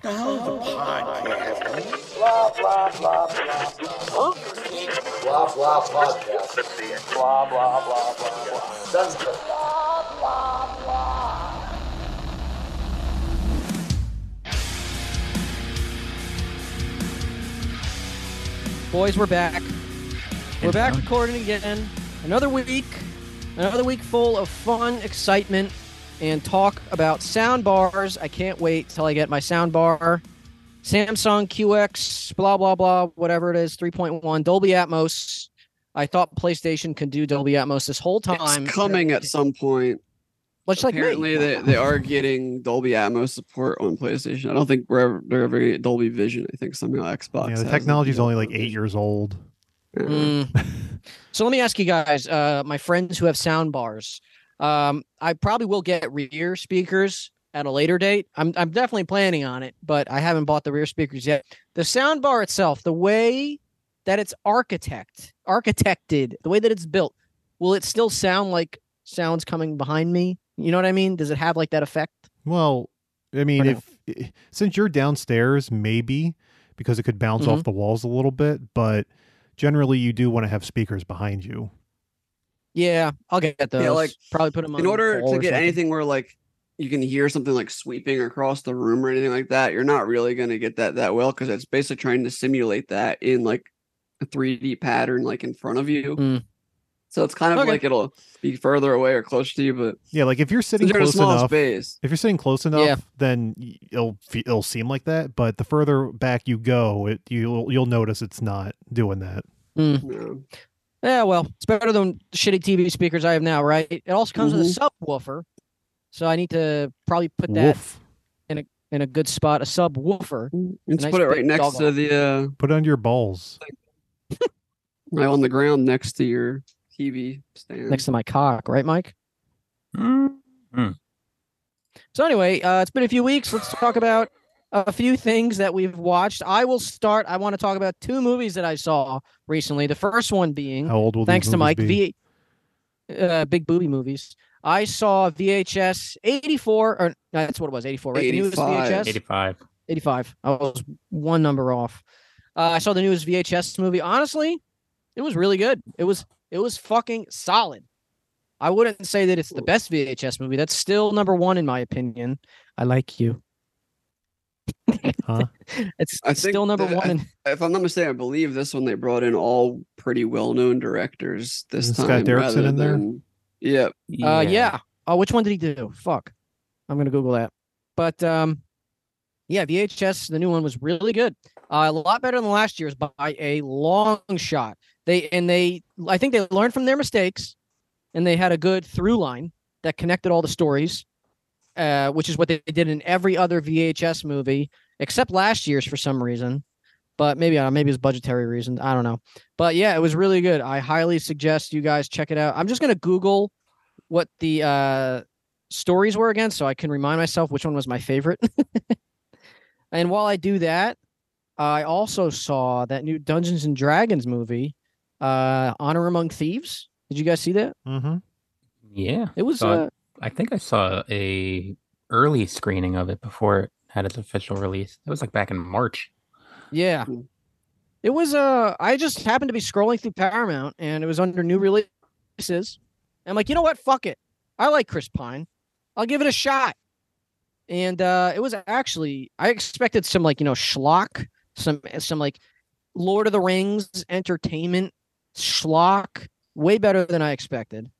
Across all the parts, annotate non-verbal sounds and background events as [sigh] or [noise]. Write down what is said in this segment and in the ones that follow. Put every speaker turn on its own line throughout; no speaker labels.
The hell's a podcast?
Blah, blah, blah, blah, blah.
Blah blah podcast.
Blah, blah, blah, blah, blah.
Sunset.
Boys, we're back. We're back recording again. Another week. Another week full of fun, excitement, and talk about sound bars. I can't wait till I get my sound bar. Samsung QX, blah, blah, blah, whatever it is, 3.1, Dolby Atmos. I thought PlayStation could do Dolby Atmos this whole time.
It's coming at some point.
Much like me.
Apparently, they, they are getting Dolby Atmos support on PlayStation. I don't think we're ever, they're ever going to get Dolby Vision. I think somehow Xbox.
Yeah,
has
the
it.
technology's only like eight years old.
Yeah.
Mm. [laughs] so let me ask you guys, uh, my friends who have sound bars, um, I probably will get rear speakers at a later date. I'm I'm definitely planning on it, but I haven't bought the rear speakers yet. The sound bar itself, the way that it's architect architected, the way that it's built, will it still sound like sounds coming behind me? You know what I mean? Does it have like that effect?
Well, I mean,
no?
if i- since you're downstairs, maybe because it could bounce
Mm-hmm.
off the walls a little bit, but generally you do want to have speakers behind you.
Yeah, I'll get those.
like,
probably put them on
In
the
order
wall
to
or
get
something.
anything where like you can hear something like sweeping across the room or anything like that, you're not really going to get that that well because it's basically trying to simulate that in like a 3D pattern like in front of you.
Mm.
So it's kind of
Okay.
like it'll be further away or close to you, but
Yeah, like if you're
since
sitting
you're in a
close
small
enough,
space.
if you're sitting close enough, then y- it'll fe- it'll seem like that. But the further back you go, it you'll you'll notice it's not doing that.
you know.
Yeah, well, it's better than the shitty TV speakers I have now, right? It also comes with a subwoofer, so I need to probably put that
Mm-hmm. Woof.
in a good spot. A subwoofer. Mm,
Let's
Nice
put it
big
right next
dog
to
on.
the uh,
Put it under your balls.
right on the ground next to your TV stand.
next to my cock, right, Mike?
Mm.
So anyway, uh, it's been a few weeks. Let's talk about a few things that we've watched. I will start. I want to talk about two movies that I saw recently. The first one being,
How old will these
thanks to
movies
Mike,
be?
v- uh, big booby movies. I saw VHS 84, or no, that's what it was, 84, right? The newest
85.
VHS.
85.
85. I was one number off. Uh, I saw the newest VHS movie. Honestly, it was really good. It was it was fucking solid. I wouldn't say that it's the best VHS movie. That's still number one in my opinion. I like you.
Huh?
[laughs] It's
I think
still number
that
one.
I-
in-
if I'm not mistaken, I believe this one they brought in all pretty well known directors this
Isn't Scott
time.
Derrickson
rather
in there?
than- Yep.
[laughs]
[laughs]
uh, yeah. Oh, which one did he do? Fuck. I'm gonna Google that. But um, yeah, VHS the new one was really good. Uh, a lot better than last year's by a long shot. They and they, I think they learned from their mistakes, and they had a good through line that connected all the stories, uh, which is what they did in every other VHS movie except last year's for some reason. But maybe I don't know, maybe it's budgetary reasons. I don't know. But yeah, it was really good. I highly suggest you guys check it out. I'm just gonna Google what the uh, stories were again, so I can remind myself which one was my favorite. [laughs] and while I do that, I also saw that new Dungeons and Dragons movie, uh, Honor Among Thieves. Did you guys see that?
Mm-hmm.
Yeah.
It was.
Saw it.
Uh,
I think I saw a early screening of it before it had its official release. It was like back in March.
Yeah.
Mm.
It was uh I just happened to be scrolling through Paramount and it was under new releases. I'm like, you know what? Fuck it. I like Chris Pine. I'll give it a shot. And uh it was actually I expected some like, you know, schlock, some some like Lord of the Rings entertainment schlock, way better than I expected.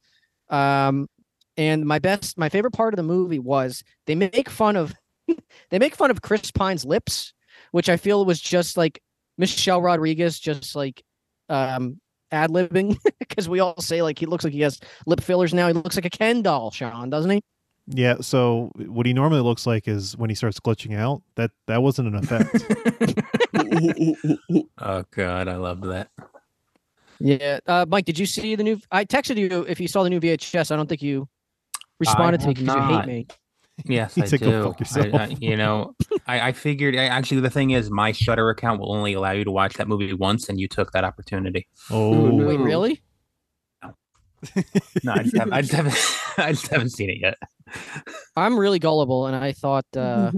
Um and my best my favorite part of the movie was they make fun of [laughs] they make fun of Chris Pine's lips which I feel was just like Michelle Rodriguez, just like um ad libbing [laughs] because we all say like he looks like he has lip fillers now. He looks like a Ken doll, Sean, doesn't he?
Yeah. So what he normally looks like is when he starts glitching out. That that wasn't an effect.
Oh god, I loved that.
Yeah. Uh, Mike, did you see the new? I texted you if you saw the new VHS. I don't think you responded to me
have
because you hate
not.
me.
Yes,
He
I
said,
do.
"Go fuck
I- I-
yourself."
you know, I, I figured. I, actually, the thing is, my Shutter account will only allow you to watch that movie once, and you took that opportunity.
oh,
no.
Wait,
Ooh.
really?
No, I just haven't. [laughs] I just haven't, I just haven't seen it yet.
I'm really gullible, and I thought uh,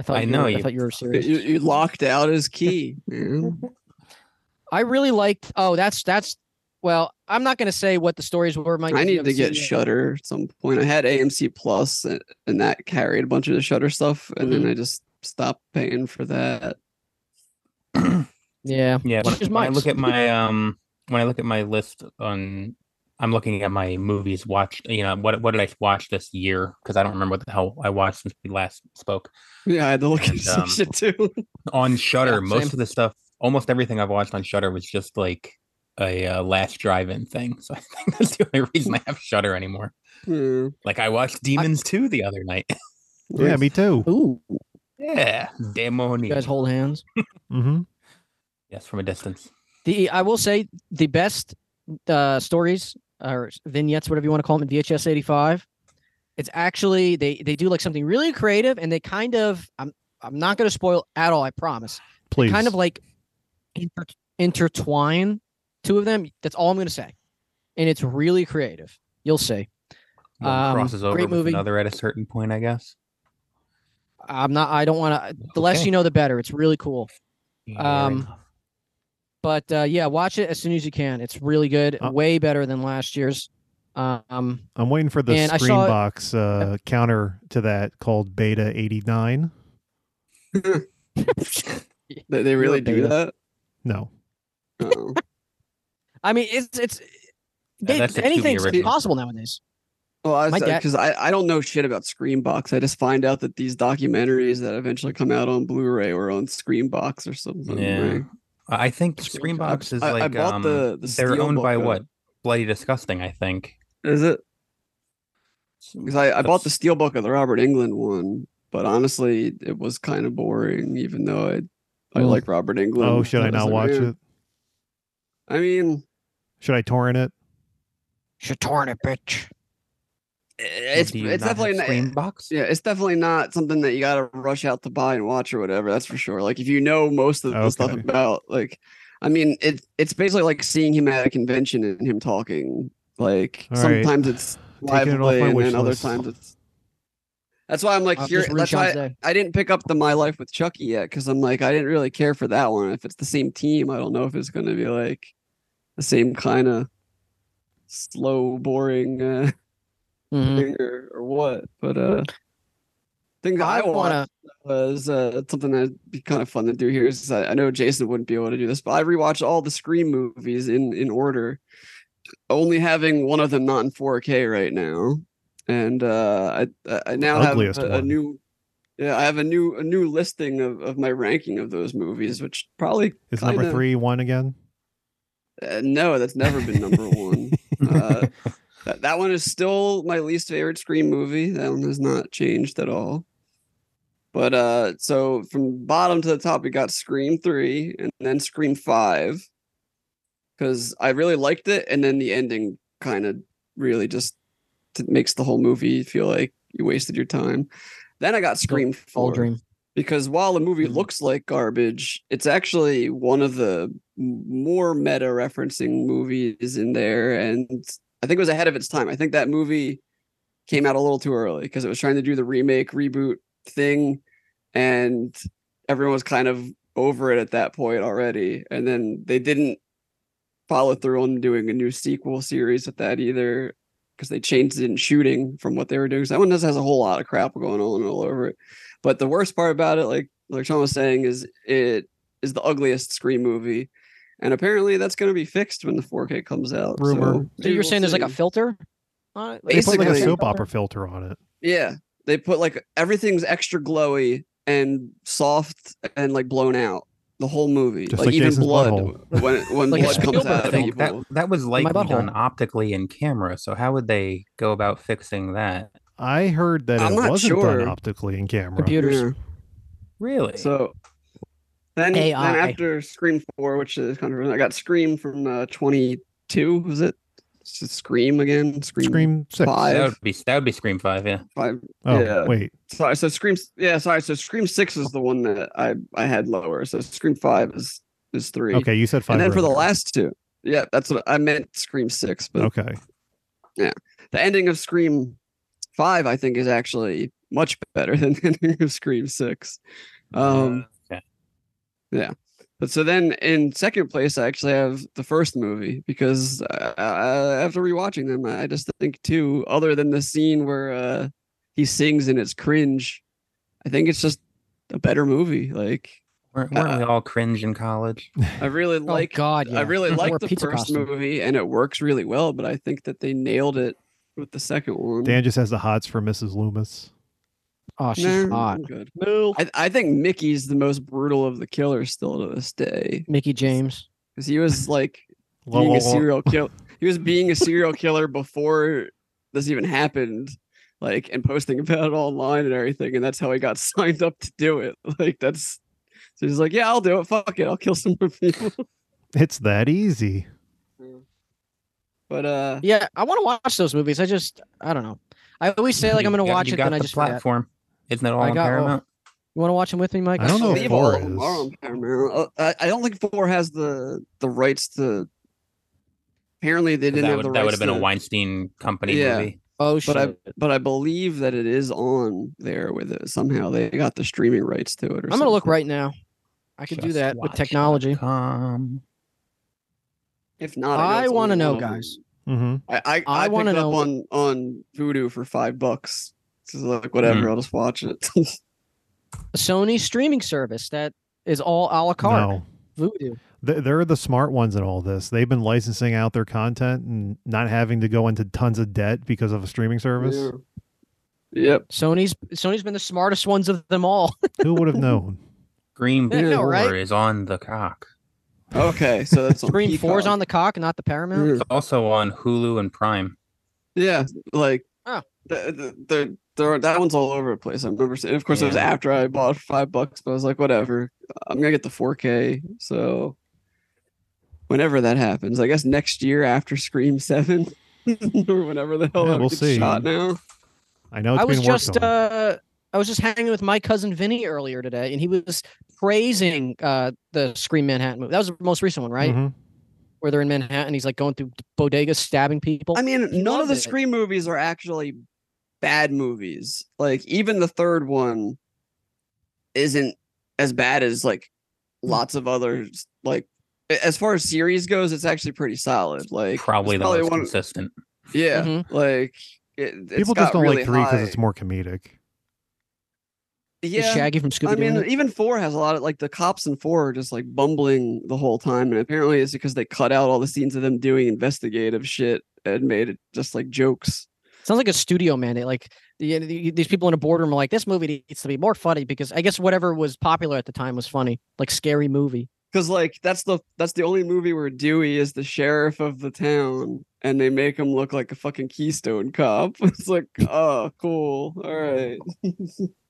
I thought
I
you
know
were- I
you-
thought you were
You,
serious.
you locked out his key. man.
I really liked. Oh, that's that's. Well, I'm not going to say what the stories were. Mike,
I
if you
need
haven't
to get
seen it.
Shutter at some point. I had AMC Plus, and, and that carried a bunch of the Shutter stuff, and then I just stopped paying for that.
Yeah,
Yeah, when,
Which is
when I
Mike's.
look at my um, when I look at my list on, I'm looking at my movies watched. You know, what what did I watch this year? Because I don't remember what the hell I watched since we last spoke
Yeah, I had to look at
And,
some
um,
shit [laughs] too.
on Shutter.
Yeah,
most
same.
of the stuff, almost everything I've watched on Shutter was just like a uh, last drive-in thing. [laughs] So I think that's the only reason I have Shutter anymore.
Yeah.
Like I watched Demons 2 the other night. [laughs]
Yeah, me too.
Oh.
Ooh,
yeah,
you guys
Demonia.
hold hands.
Mm-hmm.
Yes, from a distance.
The I will say the best uh, stories or vignettes, whatever you want to call them, in VHS '85. It's actually they they do like something really creative, and they kind of I'm I'm not going to spoil at all. I promise.
Please.
kind of like inter- intertwine two of them. That's all I'm going to say. And it's really creative. You'll see.
One
Um,
crosses over
great
with
movie.
another at a certain point, I guess.
I'm not, I don't want to, the less
Okay.
you know, the better. It's really cool.
Fair
Um,
enough.
But uh, yeah, watch it as soon as you can. It's really good.
Uh,
Way better than last year's. Um,
I'm waiting for the
And I
screen
saw-
box uh, counter to that called Beta 89.
They, they really do
beta.
that?
No.
Oh.
I mean, it's, it's, they,
that's the Tubi
anything's
original.
possible nowadays.
Well, I
My dad-
because I, I don't know shit about Screenbox. I just find out that these documentaries that eventually come out on Blu-ray or on Screenbox or something.
Yeah.
right?
I I think
Screen
Screenbox
Jobs.
is
I- I
like
bought
um,
the- the
they're owned
Steelbook
by
of
what?
it.
Bloody disgusting, I think.
Is it? Because I, I bought the
That's-
Steelbook of the Robert England one, but honestly, it was kind of boring. Even though I I
Mm.
like Robert England.
oh, should I
as
not
a
watch
man.
it?
I mean,
Should I torrent it?
Shatarna, bitch.
it's
Do you
it's
not have
definitely eh, not,
Screenbox.
yeah, it's definitely not something that you got to rush out to buy and watch or whatever. That's for sure. Like if you know most of the stuff
Okay.
about, like, I mean, it it's basically like seeing him at a convention and him talking. Like
All right.
sometimes it's
Taking it off
lively,
my
and
wish
then other
list.
times it's. That's why I'm like
I'll
here.
Uh, just ruin
That's why
Sean's day.
I didn't pick up the My Life with Chucky yet because I'm like I didn't really care for that one. If it's the same team, I don't know if it's going to be like the same kind of slow, boring uh,
Mhm.
thing or, or what. But uh, thing that I,
I
watched
want to,
was uh, something that'd be kind of fun to do here. Is uh, I, I know Jason wouldn't be able to do this, but I rewatched all the Scream movies in in order, only having one of them not in 4K right now, and uh, I I now have
Ugliest
a, a
one.
new. Yeah, I have a new a new listing of, of my ranking of those movies, which probably
Is
kinda-
number three one again?
uh, no, that's never been
[laughs]
number one. Uh, that, that one is still my least favorite Scream movie. That one has not changed at all. But uh, so from bottom to the top, we got Scream 3 and then Scream 5. Because I really liked it. And then the ending kind of really just t- makes the whole movie feel like you wasted your time. Then I got Scream 4
all dream.
because while a movie
Mhm.
looks like garbage, it's actually one of the m- more meta referencing movies in there. And I think it was ahead of its time. I think that movie came out a little too early because it was trying to do the remake, reboot thing. And everyone was kind of over it at that point already. And then they didn't follow through on doing a new sequel series with that either because they changed it in shooting from what they were doing. So that one just has a whole lot of crap going on all over it. But the worst part about it, like like Sean was saying, is it is the ugliest Scream movie. And apparently that's going to be fixed when the 4K comes out. so
Rumor. So
So
maybe
you're
we'll
saying there's like a
see. Uh,
filter on it?
They put like a
Basically-
soap opera filter on it.
Yeah, they put like everything's extra glowy and soft and like blown out the whole movie,
Just
like,
like
even
Jason's
blood
butthole.
when
[laughs]
when
Like a
blood comes
Spielberg
out.
I
of
think that
people.
that was likely
butthole.
done optically in camera. So how would they go about fixing that?
I heard that
I'm
it
not
wasn't
sure.
done optically in camera.
Computers.
Yeah.
Really?
So then, then
AI.
after Scream Four, which is controversial, I got Scream from uh, 22. Was it? It's just Scream again? Scream,
Scream six.
that would
Five.
be that would be Scream Five. Yeah.
Five.
Oh,
Yeah.
wait.
Sorry, so Scream. Yeah, sorry. So Scream Six is the one that I I had lower. So Scream Five is is three.
Okay, you said five.
and then for the
earlier.
last two, yeah, that's what I meant. Scream Six, but
Okay.
the ending of Scream Five, I think, is actually much better [laughs] than the ending of Scream Six. Um,
Okay.
yeah. But so then in second place, I actually have the first movie because uh, uh, after rewatching them, I just think too, other than the scene where uh, he sings and it's cringe, I think it's just a better movie. Like
Weren't, weren't we all cringe in college?
I really like
oh God, yeah.
I really
Mhm.
like
Or
the
pizza
first
costume.
movie and it works really well, but I think that they nailed it with the second one.
Dan just has the hots for Mrs. Loomis.
Oh, she's
Nah,
hot.
I'm good.
Move.
I, I think Mickey's the most brutal of the killers still to this day
Mickey James.
because he was like
Lo-
being
lo-
a
lo-
serial kill. He was being a serial killer before this even happened, like and posting about it online and everything, and that's how he got [laughs] signed up to do it. Like that's so he's like, yeah, I'll do it. Fuck it, I'll kill some more people. [laughs]
It's that easy.
But uh,
Yeah, I want to watch those movies. I just, I don't know. I always say like I'm going
You
to
got-
watch
you
it,
got
then I
the
just forget.
platform. Isn't that all
I
on
got all-
Paramount?
You want to watch them with me, Mike?
I don't know.
believe
four
all of them
is.
are on Paramount. Uh, I, I don't think four has the the rights to. Apparently, they didn't
That
have
would,
the
that would
rights
have been
to-
a Weinstein company
Yeah.
movie.
Oh shit!
but I but I believe that it is on there with it somehow. They got the streaming rights to it. Or
I'm going to look
something.
right now. I could do
Just
that with
watch
technology.
Um,
If not, know
I
it's
wanna
on-
know,
on-
guys.
Mm-hmm.
I I,
I
I, want
wanna
to
know
know
what-
on on Voodoo for five bucks. It's just like whatever, I'll just watch it. [laughs]
Sony streaming service that is all a la carte.
No.
Voodoo.
Th- They're the smart ones in all this. They've been licensing out their content and not having to go into tons of debt because of a streaming service.
Yeah. Yep.
Sony's Sony's been the smartest ones of them all.
Who would have known?
Green
Yeah, I know,
Boar
right?
is on the cock.
Okay, so that's on
Scream four's
Peacock. Hmm.
on the cock, not the Paramount.
It's also on Hulu and Prime.
Yeah, like
Oh.
th- th- there, there, are- that one's all over the place. I remember, seeing- and of course, it was
Yeah.
after I bought five bucks, but I was like, whatever, I'm gonna get the 4K. So, whenever that happens, I guess next year after Scream Seven, [laughs] or whenever the hell
Yeah,
that
we'll
gets
see.
shot now.
I know it's
[laughs] I was
being worked
just
on.
uh, I was just hanging with my cousin Vinny earlier today, and he was praising uh, the Scream Manhattan movie. That was the most recent one, right?
Mhm.
Where they're in Manhattan, he's like going through bodegas, stabbing people.
I mean,
He
none of
loved
the
it.
Scream movies are actually bad movies. Like even the third one isn't as bad as like
Hmm.
lots of others. Like a- as far as series goes, it's actually pretty solid. Like it's
Probably the most
one-
consistent.
Yeah,
Mhm.
like it, it's
People
got
just don't
really
like three because
high-
it's more comedic.
Is
yeah.
Shaggy from
I
Scooby Doo.
mean, even four has a lot of like the cops in four are just like bumbling the whole time, and apparently it's because they cut out all the scenes of them doing investigative shit and made it just like jokes.
Sounds like a studio mandate. Like the, the- these people in a boardroom are like, this movie needs to be more funny because I guess whatever was popular at the time was funny, like scary movie.
because like that's the that's the only movie where Dewey is the sheriff of the town and they make him look like a fucking Keystone cop. [laughs] It's like, oh, cool, all right.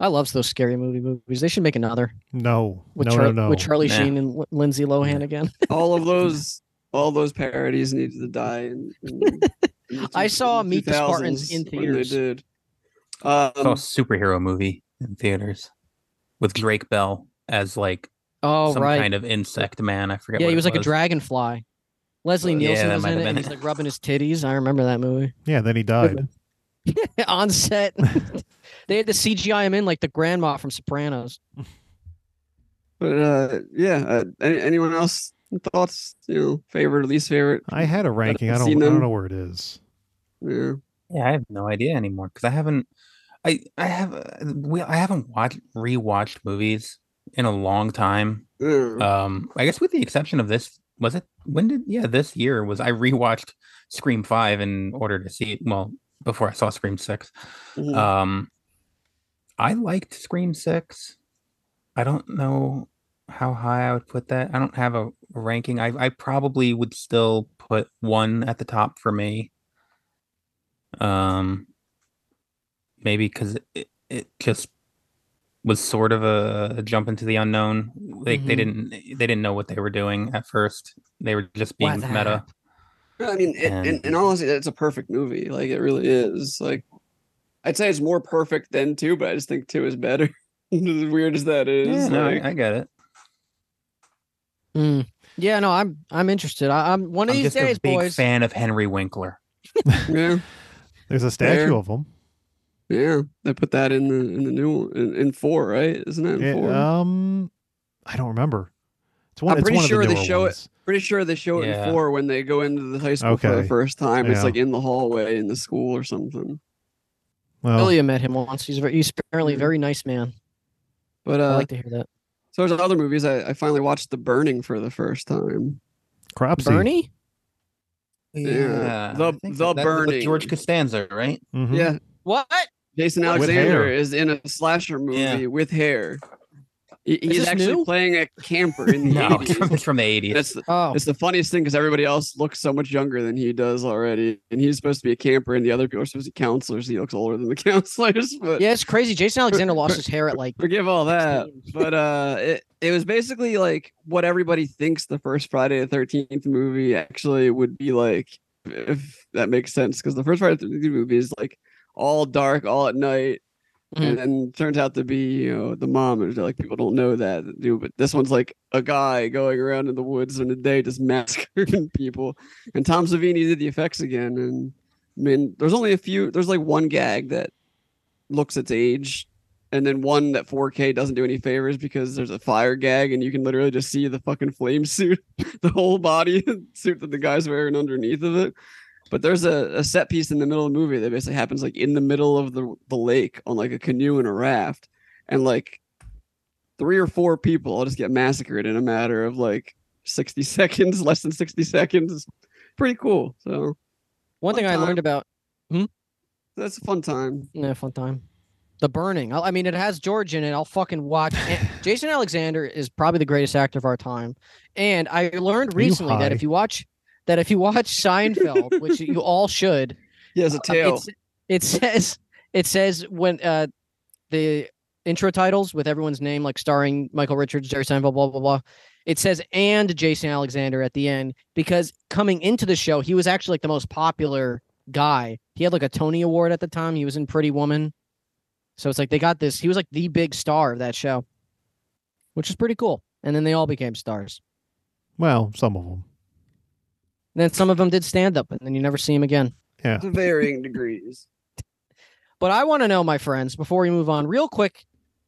I love those scary movie movies. They should make another
No,
with,
no,
Char-
no, no.
with Charlie
Nah.
Sheen and L- Lindsay Lohan again.
All of those, all those parodies needed to die. In, in-
[laughs]
in the
I
two-
saw
in
Meet the Spartans
2000s
in
when
theaters.
They did.
It's all
Um,
superhero movie in theaters with Drake Bell as like
Oh
some
right,
kind of insect man. I forget.
yeah,
what
he
it
was like a dragonfly. Leslie
Yeah,
Nielsen
that
was
might
in
have
it.
been
And he's
it.
like rubbing his titties. I remember that movie [laughs]
yeah, then he died.
on set. [laughs] they had the CGI him in like the grandma from Sopranos.
but uh, yeah, uh, any, anyone else thoughts? You know, favorite, least favorite?
I had a ranking. I
I've
don't. I
seen
don't
them.
know where it is.
Yeah.
Yeah, I have no idea anymore because I haven't. I I have uh, we I haven't watched rewatched movies in a long time.
yeah.
Um, I guess with the exception of this, was it when did yeah this year was I rewatched Scream Five in order to see it. Well, before I saw Scream Six,
Mhm.
um, I liked Scream Six. I don't know how high I would put that. I don't have a ranking. I I probably would still put one at the top for me. Um, maybe because it, it just was sort of a, a jump into the unknown. Like they didn't
Mhm.
they didn't know what they were doing at first. They were just being
What
meta.
I mean, it, and,
And-
and honestly, it's a perfect movie. Like it really is. Like I'd say it's more perfect than two, but I just think two is better. [laughs] as weird as that is,
Yeah, no,
like,
I, I get it.
Mm. Yeah, no, I'm I'm interested. I, I'm one of
I'm
these
just
days,
a big
boys.
fan of Henry Winkler.
yeah.
There's a statue
There.
of him.
Yeah, they put that in the in the new one in, in four, right? Isn't it in
It-
four?
um, I don't remember. It's one.
I'm
it's
pretty
one
sure
of
they
the newer
show it-
ones.
Pretty sure they show it
Yeah.
in four when they go into the high school for
Okay.
the first time. It's
Yeah.
like in the hallway in the school or something.
Well,
Ilya met him once. He's very, he's apparently a very nice man.
But
Mm. I
uh,
like to hear that.
so there's other movies. I, I finally watched The Burning for the first time.
Cropsy.
Bernie?
Yeah. The-
I think
the
that- that's with
Burning.
George Costanza,
[laughs]
right?
Mhm.
Yeah,
What?
Jason
With
Alexander
hair.
is in a slasher movie
Yeah.
with hair. He-
Is
he's
this
actually
new?
playing a camper
[laughs]
in the
No,
80s.
it's from the
And
eighties.
It's,
Oh,
it's the funniest thing because everybody else looks so much younger than he does already. And he's supposed to be a camper, and the other people are supposed to be counselors. He looks older than the [laughs] counselors. But
yeah, it's crazy. Jason Alexander lost his hair
[laughs]
at like
forgive all that.
16.
But uh, it, it was basically like what everybody thinks the first Friday the 13th movie actually would be like, if that makes sense. Because the first Friday the 13th movie is like all dark, all at night. And then turns out to be, you know, the mom. And like people don't know that, dude. But this one's like a guy going around in the woods in the day just [laughs] massacring people. And Tom Savini did the effects again. And I mean, there's only a few. There's like one gag that looks its age, and then one that 4K doesn't do any favors because there's a fire gag, and you can literally just see the fucking flame [laughs] suit, the whole body [laughs] suit that the guy's wearing underneath of it. But there's a, a set piece in the middle of the movie that basically happens like in the middle of the the lake on like a canoe and a raft, and like three or four people all just get massacred in a matter of like 60 [laughs] seconds, less than 60 seconds. It's pretty cool. So
one thing I
Fun time.
learned about
that's a fun time.
yeah, fun time. The Burning. I, I mean, it has George in it. I'll fucking watch.
[laughs]
And Jason Alexander is probably the greatest actor of our time, and I learned
Are you
recently that if
high?
you watch that if you watch Seinfeld, which you all should,
He has a
Um,
tail.
it's- It says it says when uh the intro titles with everyone's name, like starring Michael Richards, Jerry Seinfeld, blah blah blah. It says and Jason Alexander at the end because coming into the show, he was actually like the most popular guy. He had like a Tony Award at the time. He was in Pretty Woman, so it's like they got this. He was like the big star of that show, which is pretty cool. And then they all became stars.
Well, some of them.
And then some of them did stand up, and then you never see him again.
Yeah.
to varying degrees.
But I want to know, my friends, before we move on, real quick,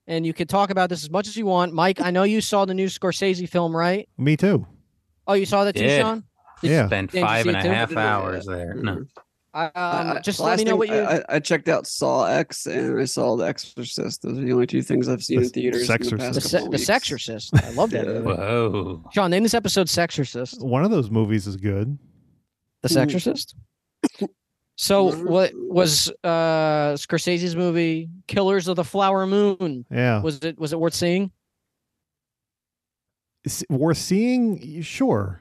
and you can talk about this as much as you want. Mike, I know you saw the new Scorsese film, right?
Me too.
Oh, you saw that too,
Did.
Sean?
Yeah.
Spent
Did you
five
see
and a
it too?
half
Yeah.
hours there. No.
Um,
I- I-
just
Uh, the
let
last
me know
thing-
what you.
I, I- I checked out Saw X and I saw The Exorcist. Those are the only two things I've seen
The
in theaters. in the
Sexorcist.
past
the, se-
couple
the
weeks.
Sexorcist. I love that.
Yeah.
movie.
Whoa.
Sean, name this episode Sexorcist.
One of those movies is good.
The
Mm.
Sexorcist. So what was uh Scorsese's movie Killers of the Flower Moon?
Yeah.
Was it was it worth seeing?
S- Worth seeing? Sure.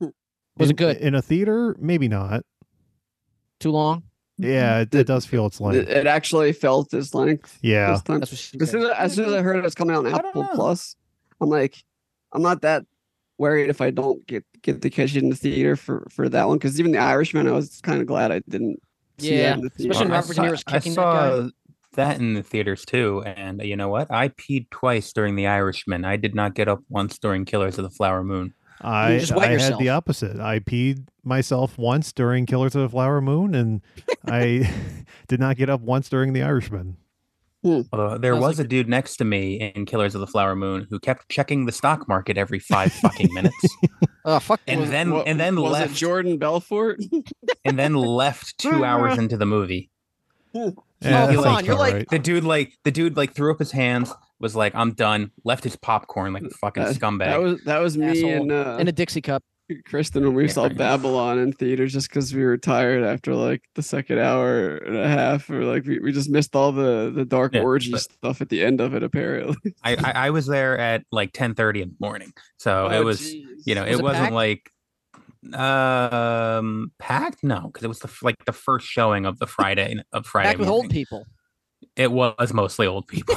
Was it
In-
good?
in a theater? Maybe not.
Too long?
Yeah, it, it does feel its
It,
length.
it actually felt its length.
Yeah.
This time.
That's what she
As
said.
soon as, as soon as I heard it was coming out on
I don't
Apple
know.
Plus, I'm like, I'm not that worried if I don't get get to catch it in the theater for for that one because even The Irishman, I was kind of glad I didn't. see
Yeah,
that in the theater.
especially when
I
Robert De
saw-
Niro's kicking
I
that guy.
saw that in the theaters too, and you know what? I peed twice during The Irishman. I did not get up once during Killers of the Flower Moon.
I,
just wet
I had
yourself.
the opposite. I peed myself once during Killers of the Flower Moon,
[laughs]
and I [laughs] did not get up once during The Irishman.
Although there
Sounds
was
like
a dude next to me in Killers of the Flower Moon who kept checking the stock market every five fucking
[laughs]
minutes,
Oh fuck.
and
Was-
then
wa-
and then
was
left
it Jordan Belfort.
and then left two hours into the movie.
Oh,
Yeah, that
come
sounds
on,
you're
about
like-
Eh, right.
The dude like the dude like threw up his hands, was like, "I'm done," left his popcorn like a fucking
That-
scumbag.
That was that was me
Asshole.
and uh,
in a Dixie cup.
Kristen when we
Yeah,
saw
right.
Babylon in theaters just because we were tired after like the second hour and a half, or like we, we just missed all the the dark
Yeah,
orgy
but-
stuff at the end of it. Apparently,
I, I I was there at like 10:30 in the morning, so Oh,
Oh,
Oh,
it was. you know
Was
it
it
wasn't like um packed no because it was the, f- like the first showing of the friday of friday
Back with old
morning.
people.
it was mostly old people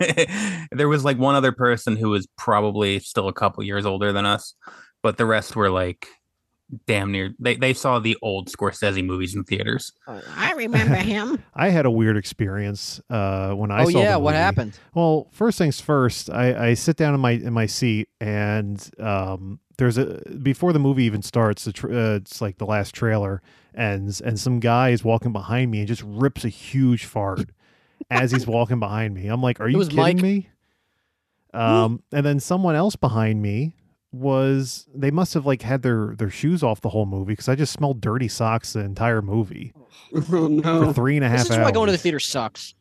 [laughs] there was like one other person who was probably still a couple years older than us but the rest were like damn near they, they saw the old Scorsese movies in theaters.
I [laughs] remember him.
I had a weird experience uh, when I
oh
saw.
yeah,
the
what
movie.
happened?
Well, first things first, I, I sit down in my in my seat and um, there's a before the movie even starts, the tr uh, it's like the last trailer ends, and some guy is walking behind me and just rips a huge fart as
[laughs]
he's walking behind me. I'm like, "Are you
was
kidding
Mike.
me?"
[gasps]
Um, and then someone else behind me was they must have like had their their shoes off the whole movie because I just smelled dirty socks the entire movie
[laughs] oh
for
no.
three and a half
This is why going to the
hours.
theater sucks.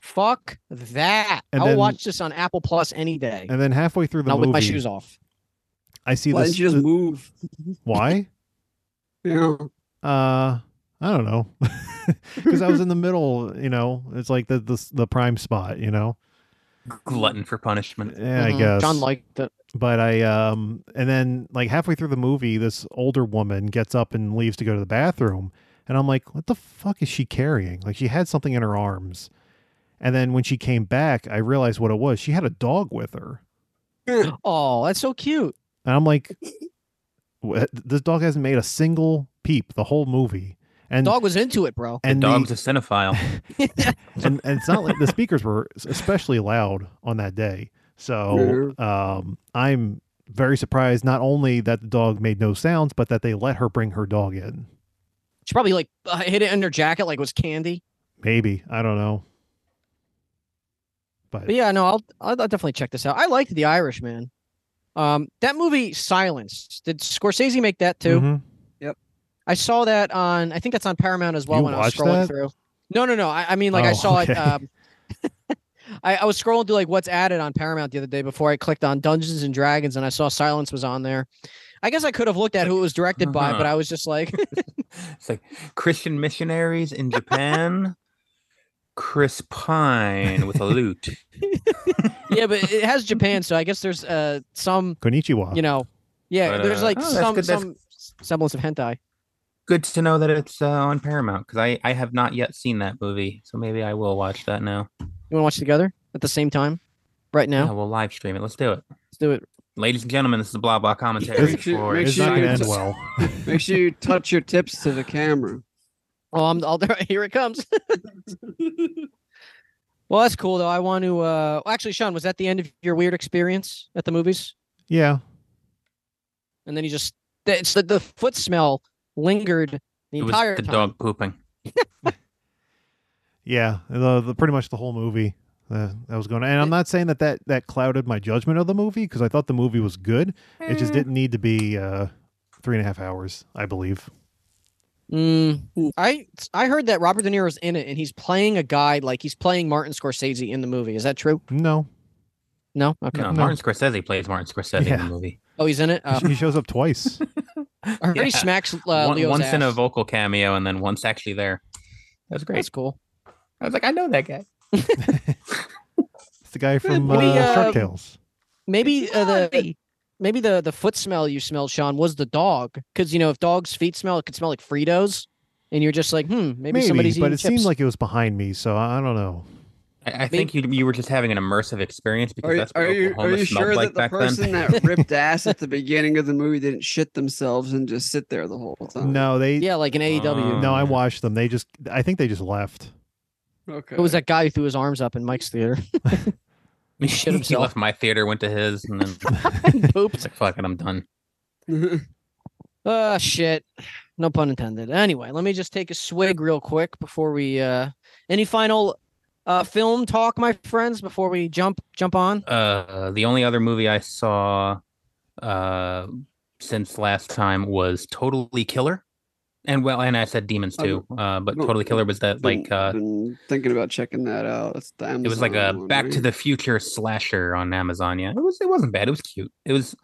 Fuck that.
And
I'll
then-
watch this on Apple Plus any day.
And then halfway through the
Not
movie,
with my shoes off.
I see
Why
this. uh,
didn't you just move?
why?
Yeah.
Uh, I don't know, [laughs] because I was in the middle. You know, it's like the the the prime spot. You know,
Glutton for punishment.
yeah,
Mhm.
I guess.
John liked it.
but I um, and then like halfway through the movie, this older woman gets up and leaves to go to the bathroom, and I'm like, what the fuck is she carrying? Like she had something in her arms, and then when she came back, I realized what it was. She had a dog with her,
Oh, that's so cute.
and I'm like, what? this dog hasn't made a single peep the whole movie, and
Dog was into it, bro.
Uh,
and the-
Dog's a
[laughs]
cinephile.
and, and it's not like the speakers were especially loud on that day. So um, I'm very surprised not only that the dog made no sounds, but that they let her bring her dog in.
She probably like uh, hid it in her jacket like it was candy.
Maybe I don't know, but
But yeah, no, I'll I'll I'll definitely check this out. I liked The Irishman. Um, that movie Silence. Did Scorsese make that too?
Mhm.
I saw that on. I think that's on Paramount as well.
You
when I was
watched
scrolling
that?
through. No, no, no. I, I mean, like I
Oh,
saw it.
okay.
Um, [laughs] I, I was scrolling through like what's added on Paramount the other day before I clicked on Dungeons and Dragons and I saw Silence was on there. I guess I could have looked at who it was directed by, but
Uh-huh.
I was just
[laughs]
like, [laughs]
It's like Christian missionaries in Japan. Chris Pine with a lute.
yeah, but it has Japan, so I guess there's uh some
Konichiwa.
you know, yeah,
But,
there's
uh,
like
oh, that's
some
good, that's-
some semblance of hentai.
Good to know that it's uh, on Paramount because I, I have not yet seen that movie, so maybe I will watch that now.
You want to watch it together at the same time, right now?
Yeah, we'll live stream it. Let's do it,
Let's do it.
ladies and gentlemen. This is the blah blah commentary
Make sure-
for
make
it's
sure
not going
you
to end
just-
well.
Make sure you touch your tips to the camera.
Oh, I'm all there. [laughs] Here it comes. well, that's cool though. I want to. uh Actually, Sean, was that the end of your weird experience at the movies?
yeah,
And then you just th- it's the, the foot smell lingered the
it was
entire
the
time.
dog pooping.
yeah, the, the pretty much the whole movie. Uh, that was going, and I'm not saying that, that that clouded my judgment of the movie because I thought the movie was good. It
Mm.
just didn't need to be uh, three and a half hours, I believe.
Mm, I I heard that Robert De Niro's in it and he's playing a guy like he's playing Martin Scorsese in the movie. Is that true?
No,
No. Okay.
No,
No.
Martin Scorsese plays Martin Scorsese in
Yeah.
the movie.
Oh, he's in it.
[laughs]
Uh,
he shows up
[laughs]
twice.
I heard
Yeah.
he smacks uh,
One-
Leo's
once in a
ass.
vocal cameo, and then once actually there. That was great.
That's cool.
I was like, I know that guy.
It's the guy from
We,
uh,
um,
Shark Tales.
Maybe uh, the maybe the the foot smell you smelled, Sean, was the dog. Because you know, if dogs' feet smell, it could smell like Fritos, and you're just like, hmm, maybe, somebody's eating
but it
chips.
seemed like it was behind me, so I I don't know.
I, I think you you were just having an immersive experience because
Are, you-
that's what
are you
Oklahoma
are you
smelled
sure
like
that the
back
person
then.
that ripped ass at the beginning of the movie didn't shit themselves and just sit there the whole time?
No, they.
Oh.
Ah.
yeah, like an E AEW.
Oh.
No, I watched them. They just. I think they just left.
Okay.
It
[laughs]
was that guy who threw his arms up in Mike's theater.
[laughs]
[laughs]
he
shit himself.
left my theater, went to his, and then [laughs]
Oops.
[laughs]
it's like, fuck it, I'm done.
Ah, shit. No pun intended. Anyway, let me just take a swig real quick before we. uh Any final uh film talk, my friends, before we jump jump on.
Uh, the only other movie I saw uh, since last time was Totally Killer, and well, and I said Demons
Oh,
too. Uh, but
no,
Totally Killer was that like
been,
uh,
been thinking about checking that out. That's the Amazon
it was like a
one,
Back
right?
to the Future slasher on Amazon. Yeah, it was. It wasn't bad. It was cute. It was.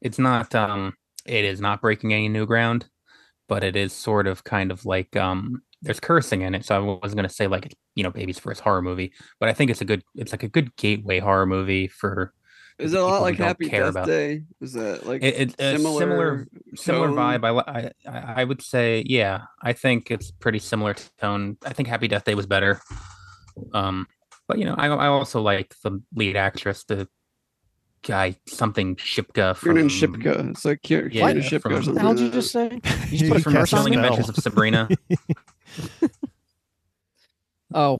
It's not. Um, it is not breaking any new ground, but it is sort of kind of like um. There's cursing in it, so I wasn't gonna say like you know baby's first horror movie, but I think it's a good. It's like a good gateway horror movie for.
Is it a
people
lot
who
like
don't
Happy
care
Death
about-
Day? Is that like
It, it, a
similar?
similar similar
tone?
vibe. I, li- I I I would say yeah. I think it's pretty similar to tone. I think Happy Death Day was better. Um, but you know, I I also like the lead actress, the guy something Shipka from
Kiernan Shipka. It's like Kier-
Yeah,
Kiernan Shipka
from-
or
What
What the
something.
hell
like
did you
that.
just say?
[laughs]
You
You just put
can't
a commercial
Chilling
on
Something
me?
tell.
Adventures of Sabrina.
Oh,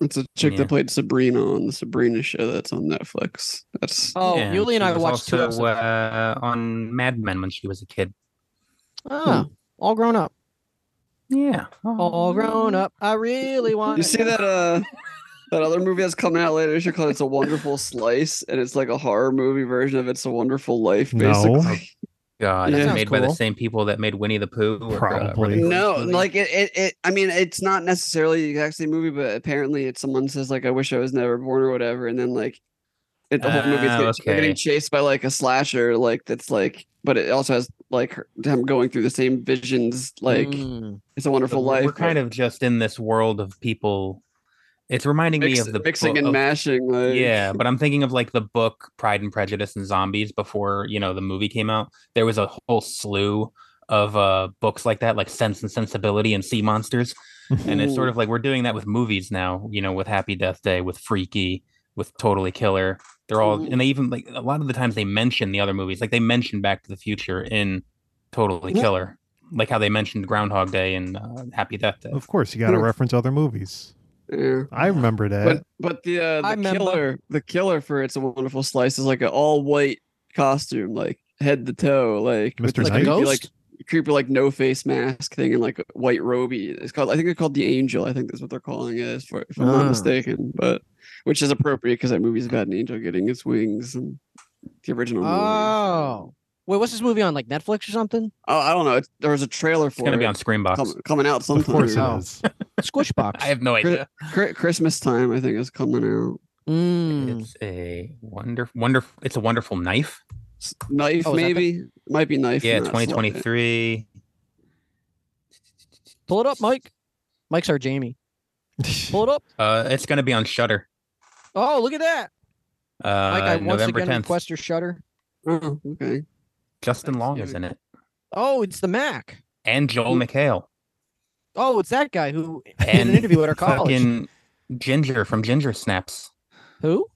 It's a chick
Yeah.
that played Sabrina on the Sabrina show that's on Netflix. That's
[laughs] oh,
Yeah,
Yuli and
she
I
was
watched two
also
episodes.
uh, on Mad Men when she was a kid.
Ah, all grown up.
Yeah,
All grown up. I really want.
you see
[laughs]
that uh that other movie that's coming out later this year called It's a Wonderful Slice, and it's like a horror movie version of It's a Wonderful Life,
No.
basically.
God,
Yeah.
it's
Sounds
made by the
cool.
same people that made Winnie the Pooh. or, uh,
Probably.
Winnie the
No,
Pooh.
like it, it, it I mean it's not necessarily the exact same movie, but apparently it's someone says like I wish I was never born or whatever, and then like it, the whole movie
Ah,
is getting, they're
okay.
getting chased by like a slasher, like that's like but it also has like her, them going through the same visions, like
Mm.
it's a wonderful
So
life.
We're kind of just in this world of people. It's reminding
mix,
me of the
mixing
book-
and
of-
mashing. Like,
Yeah, but I'm thinking of like the book Pride and Prejudice and Zombies before, you know, the movie came out. There was a whole slew of uh books like that, like Sense and Sensibility and Sea Monsters. And it's sort of like we're doing that with movies now, you know, with Happy Death Day, with Freaky, with Totally Killer. They're all
Mhm.
and they even like a lot of the times they mention the other movies. Like they mention Back to the Future in Totally
Yeah.
Killer. Like how they mentioned Groundhog Day and uh, Happy Death Day.
Of course, you got to
Yeah.
reference other movies.
Yeah.
I remember that.
But but the uh,
I
the
remember.
killer the killer for it's a wonderful slice is like an all white costume, like head to toe, like with
Mr.
like
Knight?
creepy,
Ghost?
like creepy like no face mask thing and like a white roby. It's called I think they're called the angel. I think that's what they're calling it, if, if I'm
Ah.
not mistaken. But which is appropriate because that movie's about an angel getting its wings and the original. movie.
Oh, wait, what's this movie on? Like Netflix or something?
Oh, I don't know. It, there was a trailer for
It's gonna
it
be on Screenbox.
com- coming out
of
sometime.
course,
Oh.
it is.
Squishbox.
[laughs] I have no
Chri-
idea.
Chri- Christmas time, I think, is coming out.
Mm.
It's a wonderful, wonderful. It's a wonderful knife.
S- Knife,
Oh, is that the-
maybe might be knife.
Yeah,
not Slug.
twenty twenty three.
Pull it up, Mike. Mike's our Jamie.
[laughs]
Pull it up.
Uh, it's gonna be on Shutter.
Oh, look at that.
Uh,
Mike, I once
November
again
tenth.
request your shutter.
Oh, okay.
Justin Long is in it,
Oh, it's the Mac.
and Joel McHale,
Oh, it's that guy who did
and
[laughs] an interview at our college.
fucking Ginger from Ginger Snaps.
Who?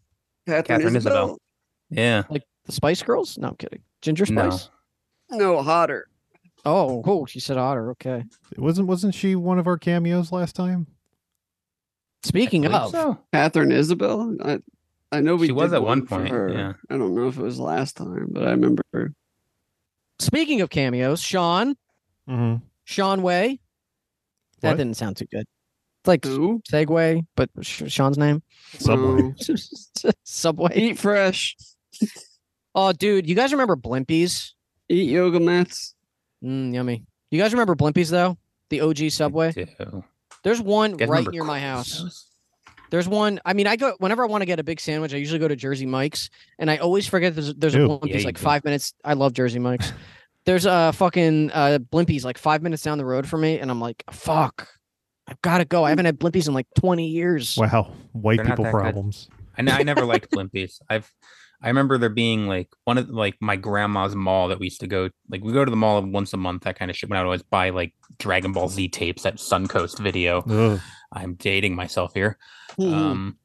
Catherine Isabel. Yeah,
The Spice Girls? No, I'm kidding. Ginger
No.
Spice.
No, hotter.
Oh, oh, she said otter. Okay.
wasn't wasn't she one of our cameos last time?
Speaking
I believe
of,
so.
Catherine Isabel. I, I know we
She was
did
at one
for
point,
her.
yeah.
I don't know if it was last time, but I remember. her.
speaking of cameos, Sean,
Mm-hmm.
Sean Way. That
What?
didn't sound too good. It's like
Who?
Segway, but Sh- Sean's name.
Subway.
No.
[laughs] Subway.
Eat fresh.
Oh, dude, you guys remember Blimpies?
Eat yoga mats.
Mm, yummy. You guys remember Blimpies though? The OG Subway.
I do.
There's one
Guys
right
remember
near my
Quiznos?
house. There's one. I mean, I go whenever I want to get a big sandwich. I usually go to Jersey Mike's, and I always forget there's there's
Ew.
a Blimpies
Yeah, you
like
do.
five minutes. I love
[sighs]
Jersey Mike's. there's a fucking uh, Blimpies like five minutes down the road from me, and I'm like, fuck, I've got to go. I haven't had Blimpies in like 20 years.
Wow, white
They're not
people
that good.
problems.
I, ne- I never liked Blimpies. I've I remember there being like one of like my grandma's mall that we used to go like we go to the mall once a month that kind of shit when I would always buy like Dragon Ball Z tapes at Suncoast Video.
Ugh.
I'm dating myself here.
Hmm.
Um,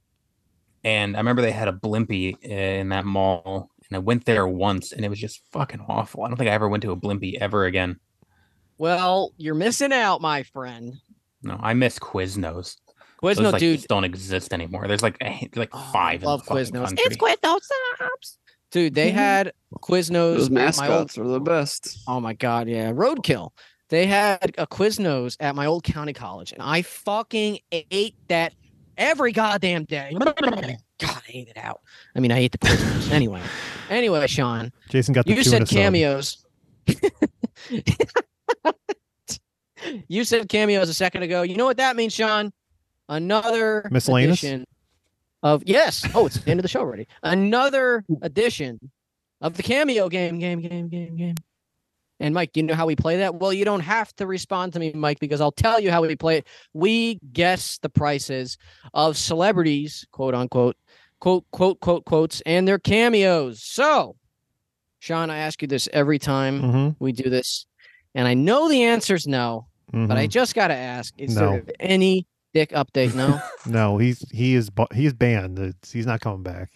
and I remember they had a Blimpie in that mall, and I went there once, and it was just fucking awful. I don't think I ever went to a Blimpie ever again.
Well, you're missing out, my friend.
No, I miss Quiznos.
Quiznos,
Those
no
like
dude.
just don't exist anymore. There's like a, like
Oh, I
five.
love
in the fucking
Quiznos.
Country.
It's Quiznos Subs.
[laughs]
Dude, they had Quiznos.
Those
at my old-
mascots are the best.
oh my god, yeah, roadkill. They had a Quiznos at my old county college, and I fucking ate that every goddamn day. [laughs] God, I ate it out. I mean, I ate the Quiznos anyway. Anyway, Sean,
Jason got the
you
two and a
said
sub.
cameos. [laughs] you said cameos a second ago. You know what that means, Sean? Another
Miscellaneous?
edition of yes. Oh, it's the end of the show already. Another edition of the cameo game, game, game, game, game. And Mike, do you know how we play that? Well, you don't have to respond to me, Mike, because I'll tell you how we play it. We guess the prices of celebrities, quote unquote, quote, quote, quote, quotes, and their cameos. So, Sean, I ask you this every time
Mm-hmm.
hmm
we do this, and I know the answer's no,
mm-hmm.
but
Mm-hmm.
I just got to ask: Is there any dick
[laughs]
update? No.
No, he's he is bu- he is banned. It's, he's not coming back.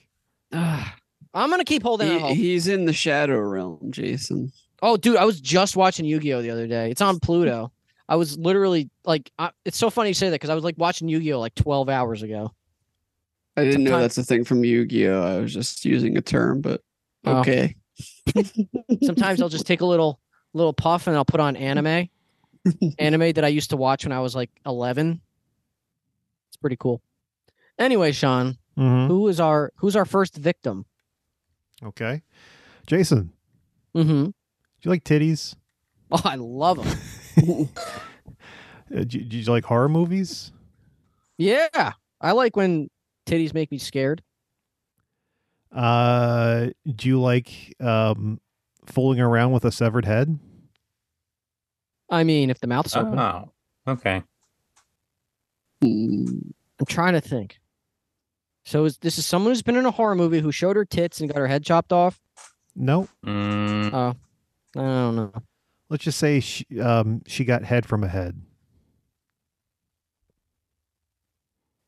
Ah, I'm gonna keep holding
He-
out hope.
he's in the shadow realm, Jason.
Oh, dude, I was just watching Yu Gi Oh the other day. It's on Pluto. I was literally like, I, it's so funny you say that because I was like watching Yu Gi Oh like 12 hours ago.
I didn't know
Sometime-
that's a thing from Yu-Gi-Oh. I was just using a term, but
Oh.
okay.
Sometimes I'll just take a little little puff and I'll put on anime, anime that I used to watch when I was like 11. It's pretty cool. Anyway, Sean,
Mm-hmm.
hmm
who is our who's our first victim?
Okay. Jason, do
Mm-hmm.
you like titties?
Oh, I love him.
Uh, do, you- do you like horror movies?
yeah, I like when titties make me scared.
Uh, do you like um, fooling around with a severed head?
I mean, if the mouth's open.
Oh, okay.
[laughs] Hmm.
I'm trying to think. So is, this is someone who's been in a horror movie who showed her tits and got her head chopped off.
No.
Mm,
I don't know.
Let's just say she, um, she got head from a head.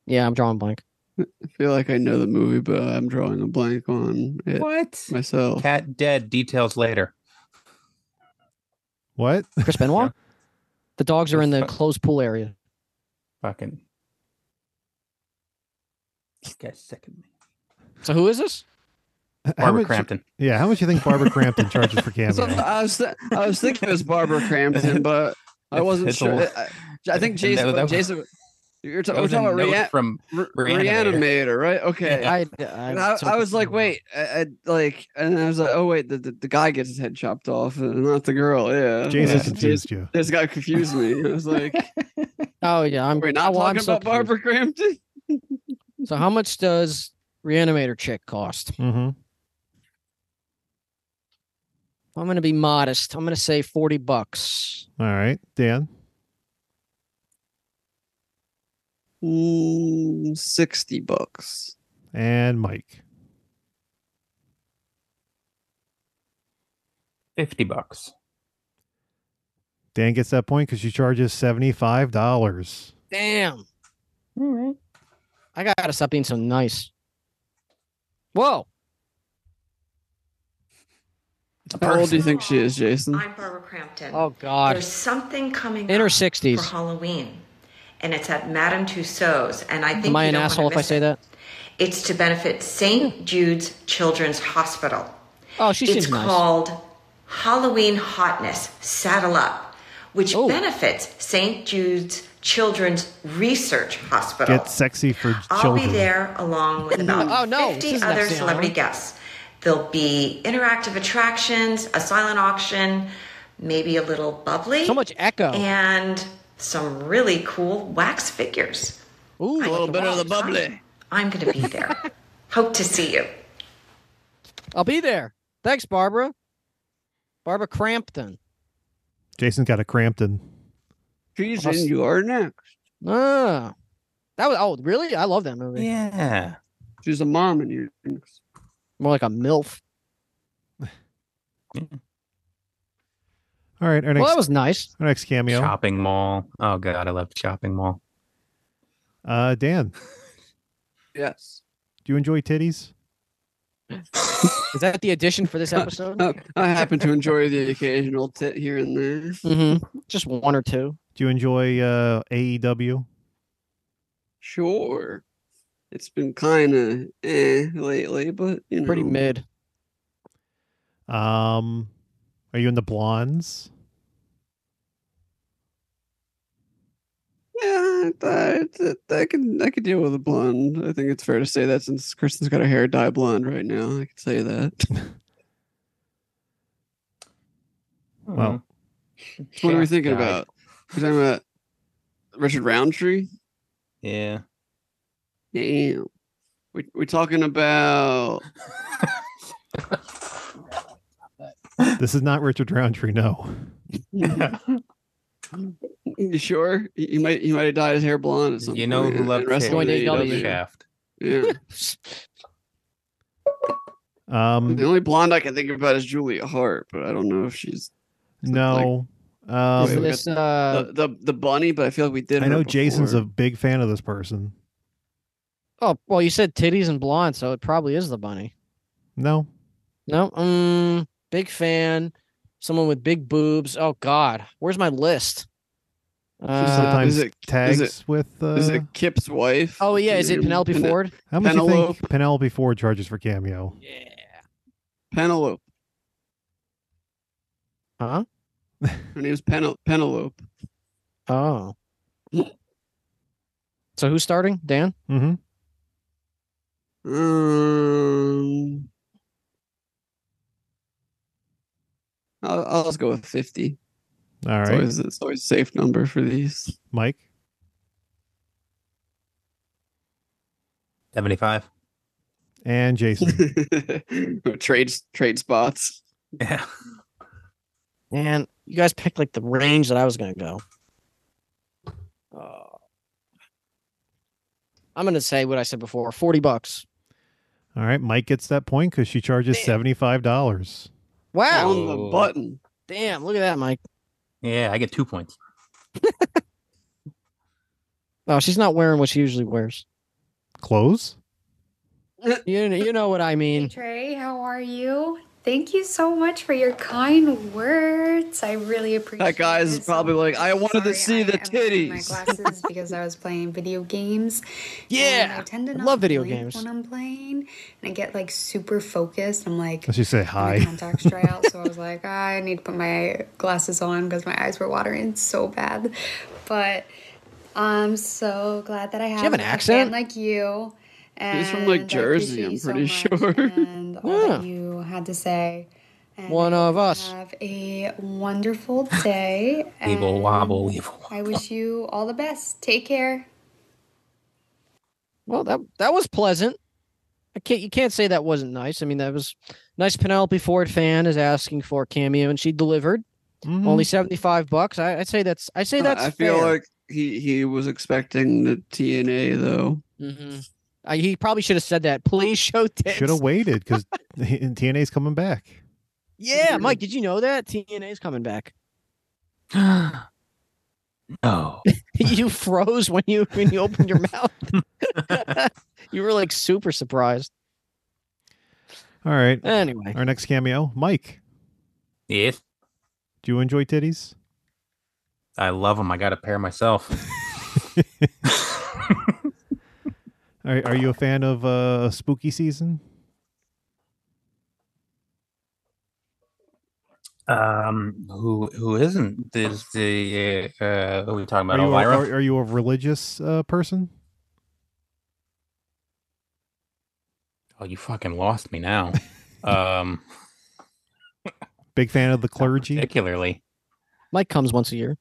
Yeah, I'm drawing blank.
I feel like I know the movie, but I'm drawing a blank on it
what?
myself.
Cat dead. Details later.
What? [laughs]
Chris Benoit. The dogs are in the
Fuck.
closed pool area.
Fucking. This guy's sick of me.
So who is this?
How
Barbara
much-
Crampton.
Yeah, how much do you think Barbara Crampton charges
[laughs]
for
So
cameo?
I was th- I was thinking it was Barbara
[laughs]
Crampton, but I
It's-
wasn't
it's a
sure.
wa-
I, I- I think
That-
Jason.
that was-
Jason, you're ta-
That
we're
was a
talking about
note
rea-
from
re-
Reanimator.
reanimator. right? Okay. [laughs]
I, I,
And I, I was like, wait, I, I, like, and I was like, oh wait, the, the, the guy gets his head chopped off, and not the girl. Yeah,
Jason
Yeah.
confused you.
This guy confused me. I
[laughs]
was like,
Oh yeah, I'm.
we're not
oh, well, I'm
talking
so
about
confused.
Barbara Crampton.
So how much does Reanimator chick cost?
hmm
I'm gonna be modest. I'm gonna say forty bucks.
All right, Dan.
Mm, Sixty bucks.
and Mike.
50 bucks.
Dan gets that point because she charges seventy five dollars.
Damn,
All right.
I gotta stop being so nice. Whoa,
How old do
person.
you think she is, Jason?
I'm Barbara Crampton.
oh god,
There's something coming
in her
up for
sixties.
Halloween, and it's at Madame Tussauds. And I think
Am I
you
an
don't wanna
asshole if I
miss
say
it.
that?
It's to benefit St. Jude's Children's Hospital.
Oh, she
it's
seems nice.
called Halloween Hotness Saddle Up, which
Oh.
benefits St. Jude's Children's Research Hospital.
Get sexy for
I'll
children.
be there along with about
Oh, no, this
50
isn't
other
Epstein
celebrity
Island.
guests. There'll be interactive attractions, a silent auction, maybe a little bubbly.
So much echo.
And some really cool wax figures.
Ooh,
I
A little
can't
bit of the
wait.
bubbly.
I'm going to be
[laughs]
there. Hope to see you.
I'll be there. Thanks, Barbara. Barbara Crampton.
Jason's got a Crampton.
She's
Awesome.
in your next.
Ah, that was oh really? I love that movie.
Yeah.
She's a mom in your next.
More like a milf.
All right, our
Well,
next
that was nice.
our next cameo.
Shopping mall. Oh, God. I love shopping mall.
Uh, Dan, do
Yes.
you enjoy titties?
Is that the addition for this episode?
Oh, I happen to enjoy the occasional tit here and there.
mm-hmm. Just one or two.
Do you enjoy uh, AEW?
Sure. It's been kind of eh lately, but you know.
Pretty mid.
Um, are you into blondes?
Yeah, I, I, I can I could deal with a blonde. I think it's fair to say that since Kristen's got her hair dye blonde right now, I could say that. [laughs]
Well,
Mm-hmm.
what are we
Shaft
thinking
died.
about? We're talking about Richard Roundtree.
Yeah.
Damn. We we talking about
this is not Richard Roundtree. No.
you sure? He he might he might have dyed his hair blonde at some
You know
point
who
in-
loved
in wrestling E
Joined
in
AEW.
AEW.
Shaft.
[laughs]
Yeah. The
Um,
only blonde I can think about is Julia Hart, but I don't know if she's
no. Um,
Is
we
this uh
the, the the bunny. But I feel like we did.
I
her
know Jason's a
before.
big fan of this person.
oh well you said titties and blonde, so it probably is the bunny.
No.
No, um, big fan. Someone with big boobs. Oh God, where's my list? Uh,
Sometimes
is it-
tags
is it-
with. Uh,
is it Kip's wife?
oh yeah, is it Penelope
Pen-
Ford?
how much do you
Penelope?
think Penelope Ford charges for cameo?
Yeah.
Penelope.
Huh?
Her name's Penel- Penelope.
Oh. So who's starting? Dan.
Mm-hmm.
Um, I'll, I'll just go with 50.
All
It's,
right,
always, it's always a safe number for these. [laughs]
Mike.
75.
And
[laughs]
Jason.
trade trade spots.
[laughs] Yeah.
Man, you guys picked like the range that I was gonna go. Uh, I'm gonna say what I said before: forty bucks.
All right, Mike gets that point because she charges
Man.
seventy five dollars.
Wow!
On the
Oh.
button.
Damn! Look at that, Mike.
Yeah, I get two points.
Oh, she's not wearing what she usually wears.
Close.
You know, you know what I
Hey,
mean.
Trey, how are you? Thank you so much for your kind words. I really appreciate
That guy's
it so
probably like, I wanted to
Sorry,
see
I
the
am wearing My
titties. [laughs]
glasses because I was playing video games. and I
Yeah.
tend to
I
not
love video
blink
games.
when I'm playing, and I get like super focused. I'm like,
Let's just say
my
hi.
contacts dry out, so I was like, I need to put my glasses on because my eyes were watering so bad. But I'm so glad that I have
have an
a
accent?
fan like you. And
She's from, like,
I appreciate
Jersey,
you
I'm
so
pretty
much
sure.
And all that
[laughs] Yeah.
you had to say. And
One
I
of us.
Have a wonderful
[laughs]
day.
Weevil
Um,
and
wobble, weevil.
I wish you all the best. Take care.
Well, that that was pleasant. I can't you can't say that wasn't nice. I mean, that was nice. Penelope Ford fan is asking for a cameo, and she delivered.
Mm-hmm.
Mhm.
Only seventy five bucks. I, I'd say that's I say that's.
I feel
fair.
like he, he was expecting the TNA though.
Mm-hmm. I, he probably should have said that. Please show tits.
Should have waited
[laughs]
because TNA's coming back.
Yeah, Mike, did you know that TNA's coming back?
[gasps]
[laughs]
no.
you froze when you when you opened your mouth.
[laughs]
[laughs] you were like super surprised.
All right.
Anyway,
Our next cameo, Mike.
Yes.
Do you enjoy titties?
I love them. I got a pair myself.
Are, are you a fan of uh, spooky season?
[laughs] um, who who isn't? There's the uh, uh, who are we talking
Are you,
about?
a,
Elvira.
are, are you a religious uh, person?
oh, you fucking lost
[laughs]
me now. um,
Big fan of the clergy?
particularly.
Mike comes once a year.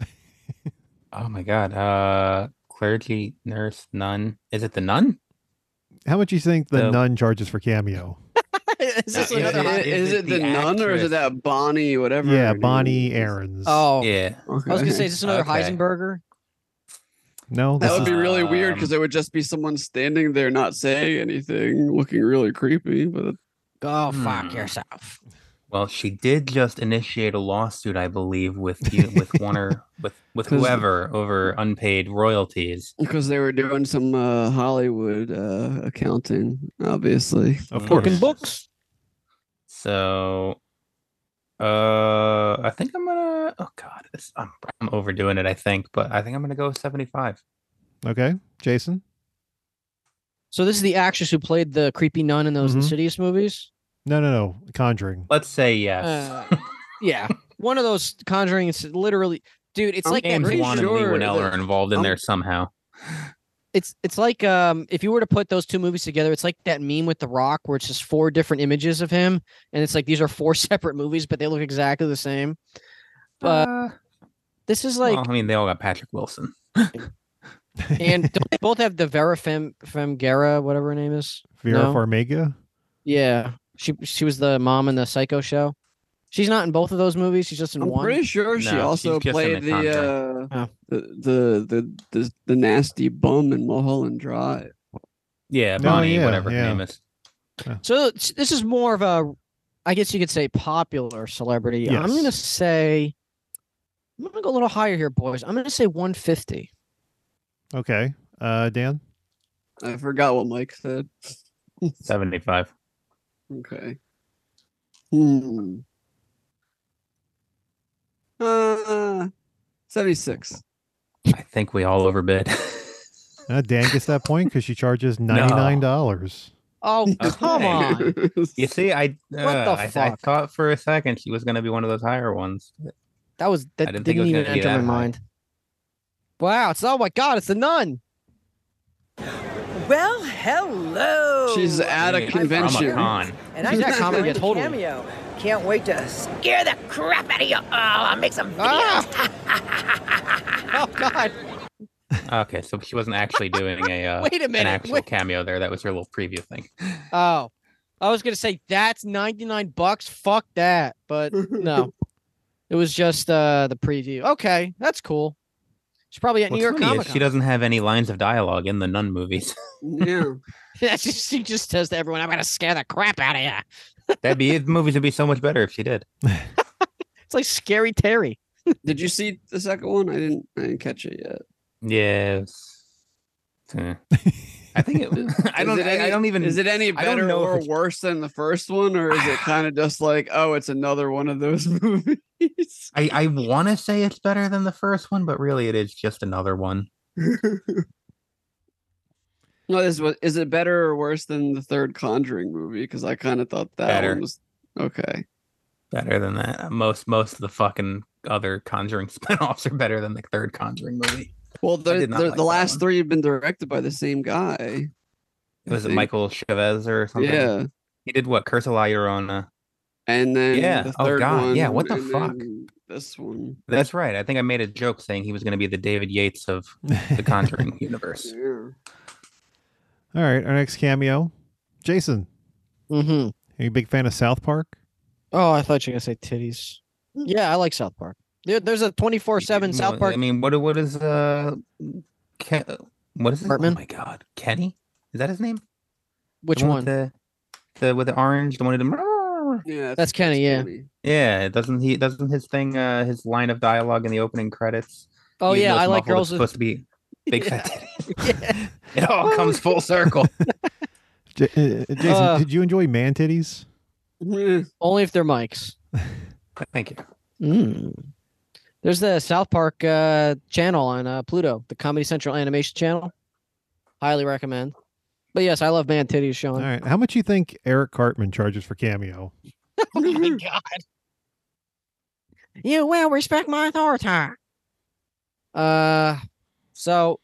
[laughs]
Oh my god. Uh, clergy, nurse, nun. Is it the nun?
How much do you think the
No.
nun charges for cameo?
Is this
Uh,
another
yeah,
hot-
it-
is, it the, nun or
actress?
is it that Bonnie, whatever? her
yeah,
name
Bonnie
is?
Aarons.
Oh,
Yeah.
Okay.
I was gonna say, is this another
Okay.
Heisenberger?
no, this
that would
is
be really weird
Um,
because it would just be someone standing there not saying anything, looking really creepy. But
Go Oh, fuck
Hmm.
yourself.
Well, she did just initiate a lawsuit, I believe, with you, with one or with
[laughs]
with
'Cause-
whoever over unpaid royalties.
because they were doing some uh, Hollywood uh, accounting, obviously.
of
Pork
course.
and
Fucking books.
So, uh, I think I'm gonna. Oh God, this, I'm I'm overdoing it. I think, but I think I'm gonna go 75.
Okay, Jason.
So this is the actress who played the creepy nun in those
Mhm.
Insidious movies.
No, no, no. Conjuring.
Let's say yes. [laughs]
Uh, yeah, [laughs] one of those Conjuring. It's literally, dude. It's
I'm
like that
James
pretty
Wan and Lee
sure
Winnell
that-
are involved in
I'm-
there somehow.
it's it's like um if you were to put those two movies together, it's like that meme with The Rock where it's just four different images of him, and it's like these are four [laughs] separate movies, but they look exactly the same. But this is like,
Uh, well, [laughs] I mean, they all got Patrick Wilson.
and don't they both have the Vera Fem Femgera, whatever her name is?
[laughs] Vera
No.
Farmiga.
Yeah, she she was the mom in the Psycho show. She's not in both of those movies. She's just in
I'm
one.
pretty sure she
No,
also
she's just in
played
The
the uh,
Oh.
the, the the the the nasty bum in Mulholland Drive.
Yeah,
No,
Bonnie,
Oh, yeah,
whatever
yeah.
her name is.
So it's- this is more of a, I guess you could say, popular celebrity. I'm
Yes.
gonna say, I'm gonna go a little higher here, boys. I'm gonna say 150.
Okay, uh, Dan.
I forgot what Mike said.
75.
Okay. Hmm. Uh, 76.
I think we all overbid. [laughs]
Uh, Dan gets that point because she charges ninety nine dollars.
Oh, come
Okay.
on.
[laughs]
you see, I
the
uh, I, I
fuck?
thought for a second she was going to be one of those higher ones.
That was that
didn't
didn't,
think it was
even
gonna be
enter my
that high.
mind. Wow, it's oh my god, it's the nun.
Well, hello.
She's at a
Yeah,
convention.
Comic-Con.
and I'm
She's at
just
Comic-Con,
going to
totally.
cameo. Can't wait to scare the crap out of you all. I'll make some
Ah!
videos.
Oh [laughs] god.
Okay, so she wasn't actually doing a uh,
Wait a
an
minute.
actual
wait-
cameo there. That was her little preview thing.
Oh. I was gonna say that's ninety nine bucks. Fuck that. But [laughs] no. it was just uh the preview. Okay, that's cool. She's probably [laughs] at
What's
New York
funny is
Comic
she
Con.
doesn't have any lines of dialogue in the Nun
[laughs]
movies.
Yeah.
Yeah, [laughs] she, she just says to everyone, I'm gonna scare the crap out of you.
That'd be the movies would be so much better if she did.
It's like scary Terry.
Did you see the second one? I didn't. I didn't catch it
[laughs]
yet.
Yes. Huh. I think it. Eh. [laughs] I
Is
don't.
it
I, I
any-
don't even.
Is it any
I don't
better
know if
or
it's-
worse than the first one, or
[sighs]
is it kind of just like, oh, it's another one of those [laughs] movies?
I, I want to say it's better than the first one, but really it is just another one.
[laughs]
No, this was. Is it better or worse than the third Conjuring movie? Because I kind of thought that
Better.
one was okay.
Better than that. Most most of the fucking other Conjuring [laughs] spinoffs are better than the third Conjuring movie.
Well,
I
the
did not
the,
like
the
that
last
one.
three have been directed by the same guy.
Was it
think.
Michael Chavez or something?
Yeah,
He did what? Curse of La Llorona.
and then
Yeah.
the
Oh,
third
God.
one.
Yeah, what the
and
fuck?
then This one.
That's right. I think I made a joke saying he was going to be the David Yates of the [laughs] Conjuring universe.
Yeah.
All right, our next cameo, Jason.
Mm-hmm.
Are you a big fan of South Park?
Oh, I thought you were gonna say titties. Yeah, I like South Park. There, there's a twenty four seven
Well,
South Park.
I mean, what what is uh, Ke- what is it?
Hartman?
Oh my God, Kenny? Is that his name?
Which
the with
one?
The, the with the orange, the one who did-
Yeah,
That's Kenny, yeah.
[laughs] Kenny.
Yeah, doesn't he? Doesn't his thing? Uh, his line of dialogue in the opening credits.
oh
even
yeah,
though it's
I
muffled,
like
it's
girls with
supposed to
[laughs]
be big
Yeah.
fat titties. [laughs] it all comes
[laughs]
full circle.
J- uh, Jason,
Uh.
did you enjoy man titties?
Yeah.
[laughs] only if they're mics.
Thank you.
Mm. There's the South Park uh, channel on uh, Pluto, the Comedy Central animation channel. Highly recommend. But yes, I love man titties,
All
Sean.
right, how much you think Eric Cartman charges for cameo?
oh my god! You will respect my authority. Uh, so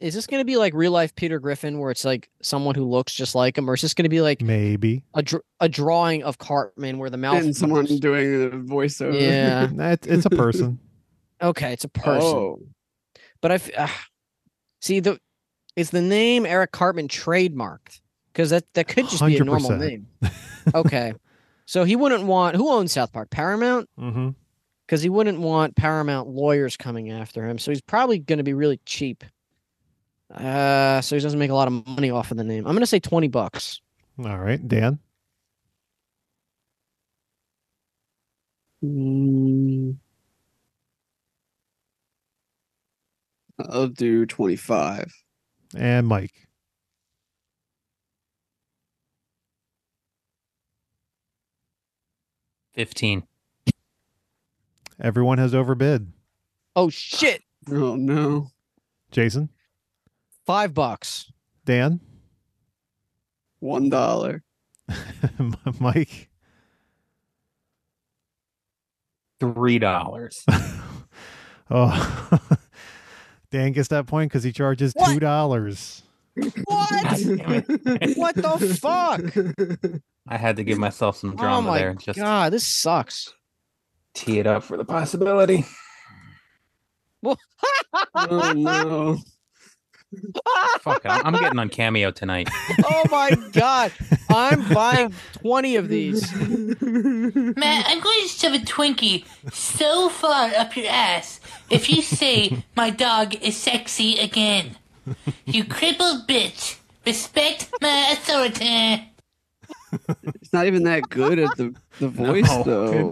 is this going to be like real life Peter Griffin, where it's like someone who looks just like him, or is this going to be like
Maybe.
a dr- a drawing of Cartman where the mouth?
and someone
moves?
doing the voiceover. [laughs]
Yeah.
Nah, it's- it's a person.
Okay, it's a person.
Oh,
But I uh, see the is the name Eric Cartman trademarked because that that could just be a normal
100%.
name. Okay, so he wouldn't want who owns South Park Paramount
[laughs] mm-hmm.
because he wouldn't want Paramount lawyers coming after him. So he's probably going to be really cheap. Uh, so he doesn't make a lot of money off of the name. I'm going to say twenty bucks.
All right, Dan.
Mm. I'll do 25.
And Mike.
Fifteen.
Everyone has overbid.
Oh shit,
Oh, no.
Jason,
five bucks.
Dan, [laughs]
One dollar.
M- Mike. [laughs]
Three dollars.
Oh, [laughs] Dan gets that point because he charges
What?
two dollars.
What? what the fuck?
I had to give myself some
Oh
drama
my
there, just
god, this sucks.
tee it up for the possibility.
Oh, no.
Fuck it, I'm I'm getting on cameo tonight.
[laughs] Oh my god. I'm buying 20 of these.
Matt, I'm going to shove a Twinkie so far up your ass if you
[laughs]
say my dog is sexy again. You crippled bitch. Respect my authority.
[laughs] It's not even that good at the, the voice,
No.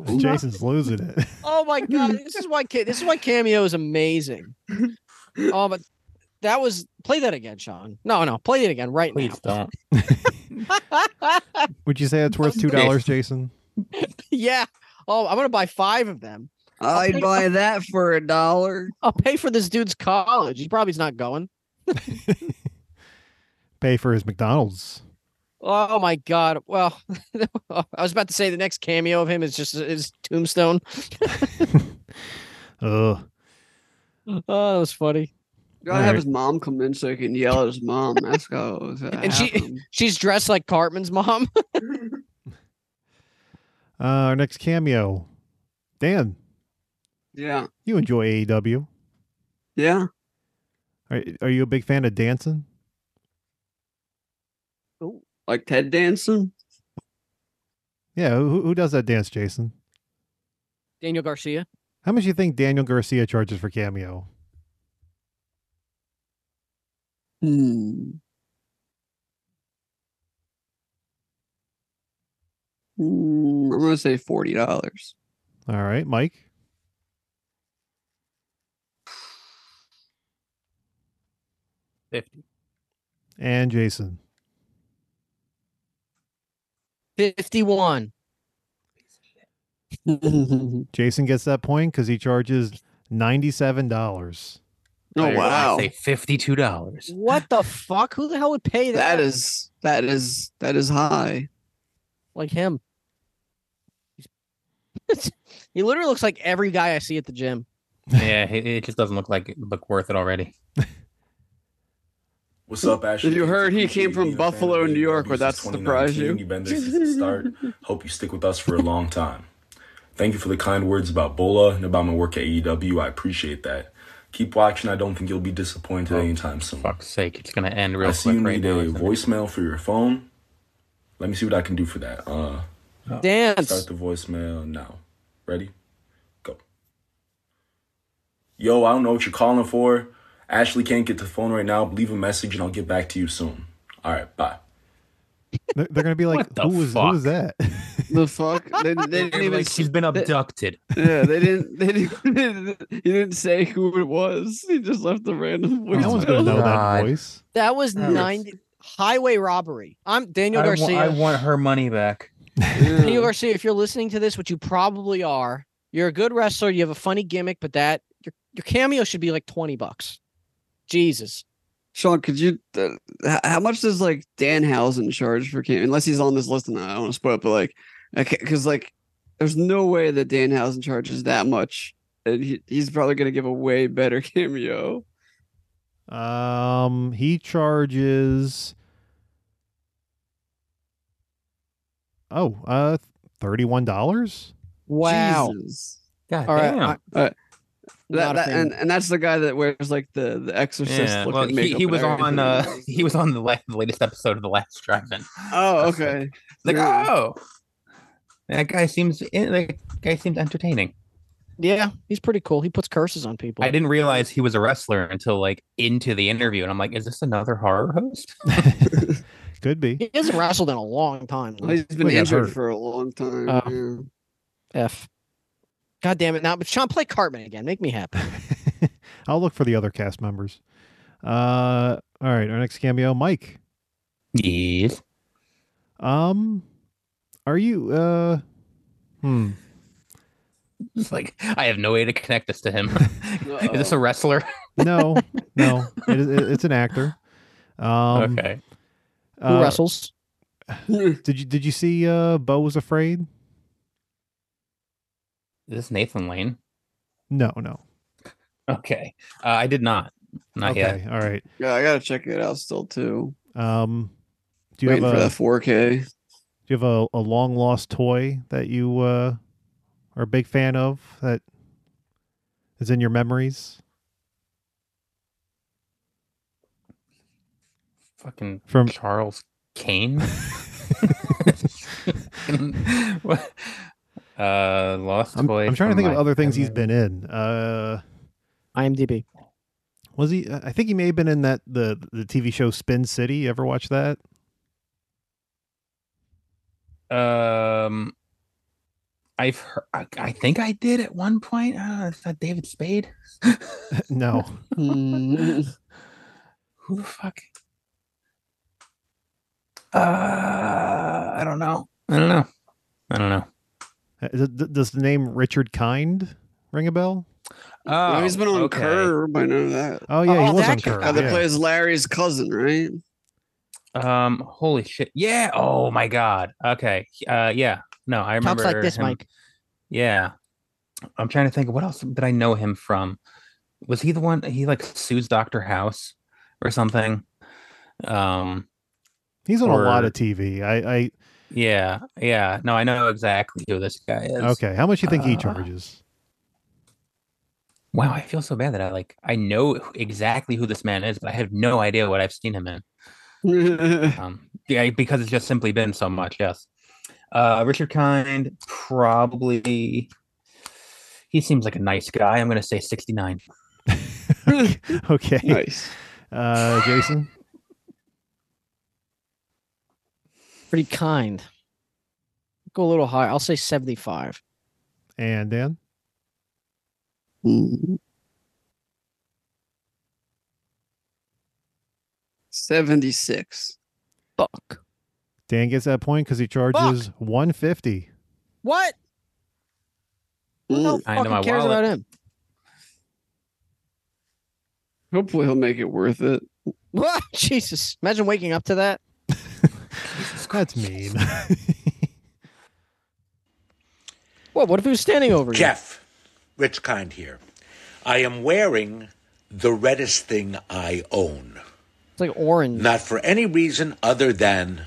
though.
Jason's losing it. [laughs]
Oh my god. This is why ca- this is why cameo is amazing. Oh, but that was play that again, Sean. No, no, play it again right
Please
now.
don't.
[laughs]
Would you say it's worth two dollars, Jason?
yeah. Oh, I'm gonna buy five of them.
I'd buy that for a dollar.
I'll pay for this dude's college. He probably's not going.
Pay for his McDonald's.
Oh my god. Well, [laughs] I was about to say the next cameo of him is just his tombstone.
Ugh.
oh, that was funny.
Gotta
All
have
right.
his mom come in so he can yell at his mom. That's how.
And she she's dressed like Cartman's mom. [laughs]
Uh, our next cameo, Dan.
Yeah.
You enjoy AEW.
Yeah.
Are, are you a big fan of dancing?
Like Ted Danson.
Yeah. Who, who does that dance, Jason?
Daniel Garcia.
How much do you think Daniel Garcia charges for cameo?
Hmm. Hmm, I'm gonna say forty dollars.
All right, Mike.
Fifty.
And Jason.
51.
oh
Jason gets that point because he charges ninety-seven dollars.
I- I
Oh, wow,
say fifty-two dollars.
What the fuck? Who the hell would pay that?
that is that is that is high.
like him. He's- [laughs] he literally looks like every guy I see at the gym.
Yeah, it, it just doesn't look like look worth it already.
What's up, Ashley?
Did you heard he
Appreciate
came
you
from
being a fan
Buffalo,
of
New
AEW
York, where
since
that surprised you?
2019. You've been there since the start. Hope you stick with us for a long time. Thank you for the kind words about Bola and about my work at AEW. I appreciate that. Keep watching. I don't think you'll be disappointed
Oh.
anytime soon.
Fuck's sake, it's gonna end real
I see you
quick right
need
now.
a
isn't it?
voicemail for your phone. Let me see what I can do for that. Uh,
Dance.
start the voicemail now. Ready? Go. Yo, I don't know what you're calling for. Ashley can't get to the phone right now. Leave a message and I'll get back to you soon. All right, bye.
They're, they're
[laughs]
gonna be like,
What the
"Who was who was
fuck?
that?" [laughs]
The fuck? They, they didn't
Maybe,
even.
like
s-
she's been abducted.
yeah, they didn't. They didn't. [laughs] He didn't say who it was. He just left the random voice.
no one's gonna know that
God.
voice.
That was
Yes.
90 highway robbery. I'm Daniel
I, wa-
Garcia.
I want her money back.
Daniel Garcia, if you're listening to this, which you probably are, you're a good wrestler, you have a funny gimmick, but that your your cameo should be like 20 bucks. Jesus.
Sean, could you? Uh, h- how much does like Danhausen charge for cameo? Unless he's on this list, and I don't want to spoil it, but like, because like, there's no way that Danhausen charges that much, and he, he's probably gonna give a way better [laughs] cameo.
Um, he charges. Oh, uh, thirty-one dollars.
Wow.
Jesus.
God
All right,
damn.
I-
That,
Not a
that,
fan.
and, and that's the guy that wears like the the Exorcist.
yeah,
looking
well, he,
makeup
he
and
was on
everything.
uh [laughs] he was on the, la- the latest episode of the last drive-in.
Oh,
That's
okay.
[laughs] Like,
Yeah.
oh, that guy seems in- that guy seems entertaining.
yeah, he's pretty cool. He puts curses on people.
I didn't realize he was a wrestler until like into the interview, and I'm like, is this another horror host?
Could be.
He hasn't wrestled in a long time.
Well, he's been
Well, he got
injured
hurt.
for a long time.
Oh.
yeah.
F. God damn it. Now, but Sean, play Cartman again. Make me happy.
[laughs] I'll look for the other cast members. Uh, all right. Our next cameo, Mike.
yes.
Um, are you? Uh, hmm.
It's like I have no way to connect this to him. [laughs] is this a wrestler?
No, no. It is, it, it's an actor. Um,
[laughs] okay.
Who
uh,
wrestles?
Did you did you see? Uh, Bo was afraid.
Is this Nathan Lane?
No, no.
Okay. Uh, I did not. Not yet.
okay. All right.
Yeah, I gotta check it out still too.
Um, do you
Waiting
have
for
a
that 4K.
do you have a, a long lost toy that you uh, are a big fan of that is in your memories
Fucking
from?
Charles
[laughs]
Kane. [laughs] What? uh, Lost
I'm,
Boy.
I'm trying to
from
think of
my-
other things he's been in. Uh,
IMDb.
was he? I think he may have been in that the the TV show Spin City. You ever watch that? [laughs]
Um, I've heard, I, I think I did at one point. Uh, is that David Spade? [laughs]
no.
Mm.
Hmm.
Who the fuck? Uh, I don't know. I don't know. I don't know.
Uh, th- th- Does the name Richard Kind ring a bell?
Well, he's been on
Oh, okay.
Curb. I know that.
Oh yeah, he
Oh,
was
that
on
guy.
Curb.
Uh, that
yeah.
plays Larry's cousin,
[laughs]
right?
Um, holy shit. Yeah. Oh my god. Okay. Uh, yeah. No, I remember.
Talks like this,
him-
Mike.
Yeah. I'm trying to think. What else did I know him from? Was he the one he like sues Doctor House or something? Um.
He's on a lot
or-
of TV. I,
Yeah. Yeah. No, I know exactly who this guy is.
I okay. How much you think he
Uh, [laughs]
charges? [laughs]
Wow. I feel so bad that I like I know who- exactly who this man is, but I have no idea what I've seen him in. Um, yeah, because it's just simply been so much. Yes. Uh, Richard Kind probably. He seems like a nice guy. I'm going to say 69.
okay.
nice.
Uh, Jason.
Pretty kind. Go a little higher. I'll say 75.
And Dan?
Seventy-six.
Fuck.
Dan gets that point because he charges 150.
What? Who the
Mm,
I know
fucking
my
cares
wallet.
about him? [laughs]
Hopefully, he'll make it worth it.
What? Jesus. Imagine waking up to that.
That's mean. [laughs]
What? What if he was standing over you?
Jeff, Rich Kind here. I am wearing the reddest thing I own.
It's like orange.
Not for any reason other than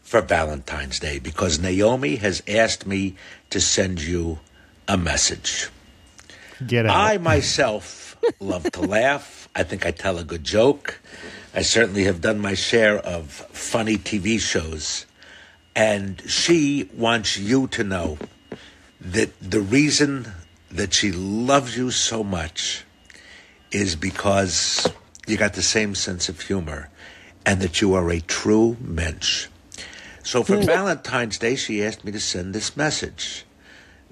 for Valentine's Day, because Naomi has asked me to send you a message.
Get out.
I myself love to laugh. I think I tell a good joke. I certainly have done my share of funny TV shows. And she wants you to know that the reason that she loves you so much is because you got the same sense of humor and that you are a true mensch. So for Valentine's Day, she asked me to send this message